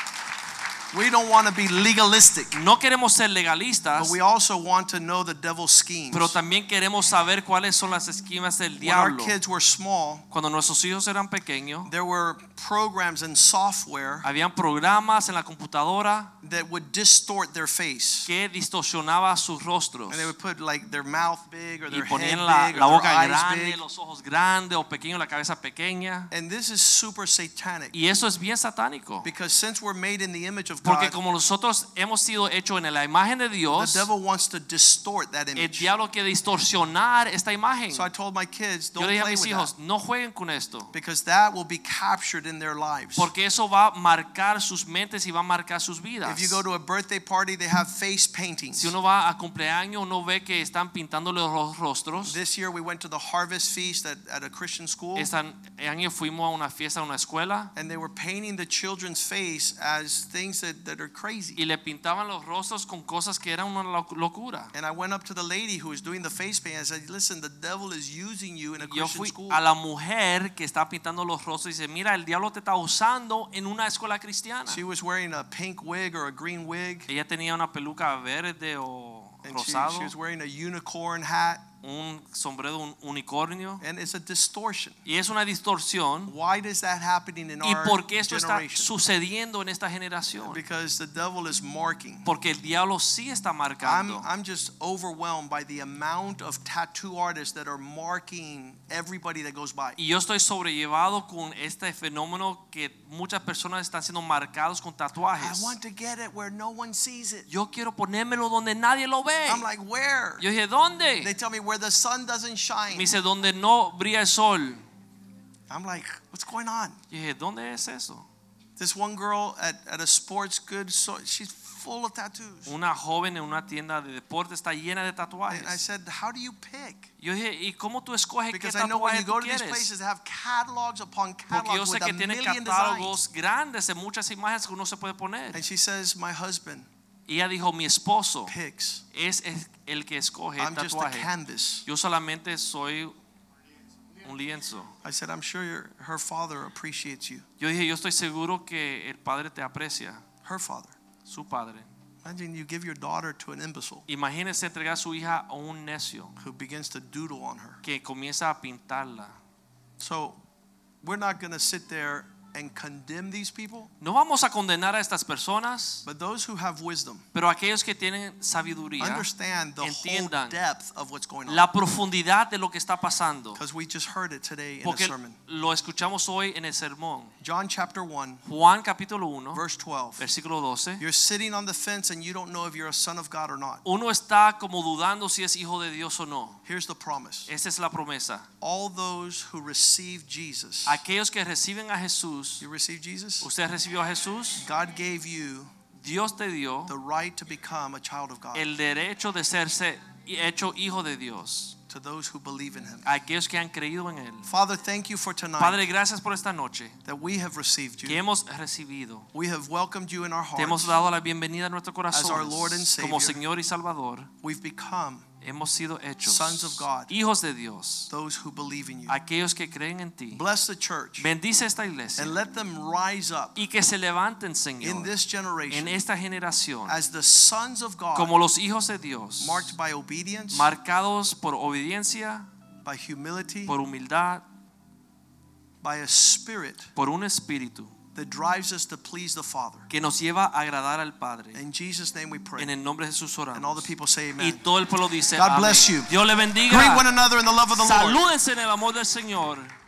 Speaker 1: We don't want to be legalistic,
Speaker 2: No queremos ser
Speaker 1: but
Speaker 2: legalistas,
Speaker 1: we also want to know the devil's schemes.
Speaker 2: pero también queremos saber cuáles son las esquinas del
Speaker 1: when our
Speaker 2: diablo.
Speaker 1: kids were small,
Speaker 2: Cuando nuestros hijos eran pequeños,
Speaker 1: there were programs and software
Speaker 2: Habían programas en la computadora
Speaker 1: that would distort their face.
Speaker 2: que distorsionaba sus rostros
Speaker 1: And they would put like their mouth big or
Speaker 2: y
Speaker 1: their head
Speaker 2: ponían la,
Speaker 1: big or
Speaker 2: la
Speaker 1: their
Speaker 2: boca
Speaker 1: eyes
Speaker 2: grande,
Speaker 1: big.
Speaker 2: los ojos grandes o pequeños, la cabeza pequeña.
Speaker 1: And this is super satanic
Speaker 2: Y eso es bien satánico.
Speaker 1: because since we're made in the image of
Speaker 2: Porque
Speaker 1: God,
Speaker 2: como nosotros hemos sido hechos en la imagen de
Speaker 1: the
Speaker 2: Dios,
Speaker 1: devil wants to distort that
Speaker 2: el
Speaker 1: image.
Speaker 2: diablo quiere distorsionar esta imagen.
Speaker 1: So I told my kids,
Speaker 2: Yo
Speaker 1: don't
Speaker 2: le dije a
Speaker 1: play
Speaker 2: mis
Speaker 1: with that
Speaker 2: hijos, no jueguen con esto.
Speaker 1: because that will be captured in their lives.
Speaker 2: Porque eso va a marcar sus mentes y va a marcar sus vidas.
Speaker 1: If you go to a birthday party, they have face paintings.
Speaker 2: Si uno va a cumpleaños, uno ve que están pintándole los rostros.
Speaker 1: This year we went to the harvest feast at, at a Christian school.
Speaker 2: Este año fuimos a una fiesta, a una escuela,
Speaker 1: and they were painting the children's face as things that, that are crazy.
Speaker 2: y le pintaban los rostros con cosas que eran una loc- locura.
Speaker 1: And I went up to the lady who was doing the face paint. I said, "Listen, the devil is using you in a
Speaker 2: Yo
Speaker 1: Christian
Speaker 2: fui
Speaker 1: school."
Speaker 2: a la mujer que está pintando los rostros y dice, mira, el diablo te está usando en una escuela cristiana.
Speaker 1: She was wearing a pink wig or a green wig,
Speaker 2: Ella tenía una peluca verde o
Speaker 1: and she,
Speaker 2: rosado
Speaker 1: she was wearing a unicorn hat.
Speaker 2: un sombrero de un unicornio
Speaker 1: and it's a distortion.
Speaker 2: y es una distorsión.
Speaker 1: Why is that happening in
Speaker 2: ¿Y
Speaker 1: our
Speaker 2: por qué esto está
Speaker 1: generation?
Speaker 2: sucediendo en esta generación?
Speaker 1: Because the devil is marking.
Speaker 2: Porque el diablo sí está
Speaker 1: I'm,
Speaker 2: marcando.
Speaker 1: I'm just overwhelmed by the amount of tattoo artists that are marking everybody that goes by.
Speaker 2: Y yo estoy sobrellevado con este fenómeno que muchas personas están siendo marcados con
Speaker 1: I
Speaker 2: tatuajes.
Speaker 1: want to get it where no one sees it.
Speaker 2: Yo quiero ponérmelo donde nadie lo ve.
Speaker 1: I'm like, where?
Speaker 2: Yo
Speaker 1: They
Speaker 2: dije, ¿dónde?
Speaker 1: tell me where the sun doesn't shine.
Speaker 2: Me dice, donde no brilla el sol.
Speaker 1: I'm like, what's going on?
Speaker 2: Yo dije, ¿dónde es eso?
Speaker 1: This one girl at, at a sports good store, she's full of tattoos.
Speaker 2: Una joven en una tienda de deporte está llena de
Speaker 1: And I
Speaker 2: tatuajes.
Speaker 1: said, how do you pick?
Speaker 2: Yo dije, ¿y cómo tú escoges qué
Speaker 1: Because I know when
Speaker 2: tatuaje
Speaker 1: you
Speaker 2: tú
Speaker 1: go to these
Speaker 2: quieres?
Speaker 1: places, they have catalogs upon
Speaker 2: Porque yo
Speaker 1: catalogs
Speaker 2: sé
Speaker 1: with
Speaker 2: que
Speaker 1: a
Speaker 2: tiene
Speaker 1: million designs.
Speaker 2: catálogos grandes de muchas imágenes que uno se puede poner.
Speaker 1: And she says, my husband
Speaker 2: Y ella dijo, mi esposo
Speaker 1: picks.
Speaker 2: es es el que escoge el
Speaker 1: I'm just a
Speaker 2: tatuaje.
Speaker 1: canvas.
Speaker 2: Yo solamente soy un lienzo.
Speaker 1: I said, I'm sure your, her father appreciates you.
Speaker 2: Yo dije, yo estoy seguro que el padre te aprecia,
Speaker 1: Her father.
Speaker 2: su padre.
Speaker 1: Imagine you give your daughter to an imbecile
Speaker 2: Imagínese entregar a su hija a un necio
Speaker 1: who begins to doodle on her.
Speaker 2: que comienza a pintarla.
Speaker 1: So we're not going to sit there and condemn these people,
Speaker 2: No vamos a condenar a estas personas,
Speaker 1: but those who have wisdom
Speaker 2: pero aquellos que tienen sabiduría,
Speaker 1: understand the whole
Speaker 2: Entiendan.
Speaker 1: depth of what's going on.
Speaker 2: la profundidad de lo que está pasando.
Speaker 1: Because we just heard it today in the
Speaker 2: Porque
Speaker 1: sermon.
Speaker 2: lo escuchamos hoy en el sermón.
Speaker 1: John chapter 1,
Speaker 2: Juan capítulo 1,
Speaker 1: verse 12.
Speaker 2: versículo 12.
Speaker 1: You're sitting on the fence and you don't know if you're a son of God or not.
Speaker 2: Uno está como dudando si es hijo de Dios o no.
Speaker 1: Here's the promise
Speaker 2: Esa es la promesa.
Speaker 1: all those who receive Jesus,
Speaker 2: Aquellos que reciben a Jesús,
Speaker 1: you receive Jesus?
Speaker 2: usted recibió a Jesús,
Speaker 1: God gave you
Speaker 2: Dios te dio
Speaker 1: the right to become a child of God
Speaker 2: el derecho de serse hecho hijo de Dios.
Speaker 1: to those who believe in Him.
Speaker 2: Aquellos que han creído en Él.
Speaker 1: Father, thank you for tonight
Speaker 2: Padre, gracias por esta noche
Speaker 1: that we have received
Speaker 2: que
Speaker 1: you.
Speaker 2: hemos recibido.
Speaker 1: We have welcomed you in our
Speaker 2: Te hemos
Speaker 1: hearts.
Speaker 2: dado la bienvenida a nuestro corazón.
Speaker 1: our Lord and
Speaker 2: Como
Speaker 1: Savior.
Speaker 2: Señor y Salvador,
Speaker 1: We've become
Speaker 2: hemos sido hechos
Speaker 1: Sons of God.
Speaker 2: hijos de Dios.
Speaker 1: those who believe in you.
Speaker 2: Aquellos que creen en ti.
Speaker 1: Bless the church
Speaker 2: Bendice esta iglesia
Speaker 1: and let them rise up
Speaker 2: y que se levanten,
Speaker 1: in
Speaker 2: Señor,
Speaker 1: this
Speaker 2: en
Speaker 1: generation
Speaker 2: esta generación
Speaker 1: as the sons of
Speaker 2: como
Speaker 1: God,
Speaker 2: los hijos de Dios,
Speaker 1: marked by obedience,
Speaker 2: marcados por obediencia,
Speaker 1: by humility,
Speaker 2: por humildad,
Speaker 1: by a spirit
Speaker 2: por un espíritu
Speaker 1: that drives us to please the Father.
Speaker 2: que nos lleva a agradar al Padre.
Speaker 1: In Jesus' name we pray.
Speaker 2: En el nombre de Jesús
Speaker 1: And all the
Speaker 2: oramos.
Speaker 1: people say
Speaker 2: Y
Speaker 1: amen.
Speaker 2: todo el pueblo dice,
Speaker 1: God
Speaker 2: amén.
Speaker 1: bless you.
Speaker 2: Dios le bendiga.
Speaker 1: Greet one another in the love of the Lord.
Speaker 2: Salúdense en el amor del Señor.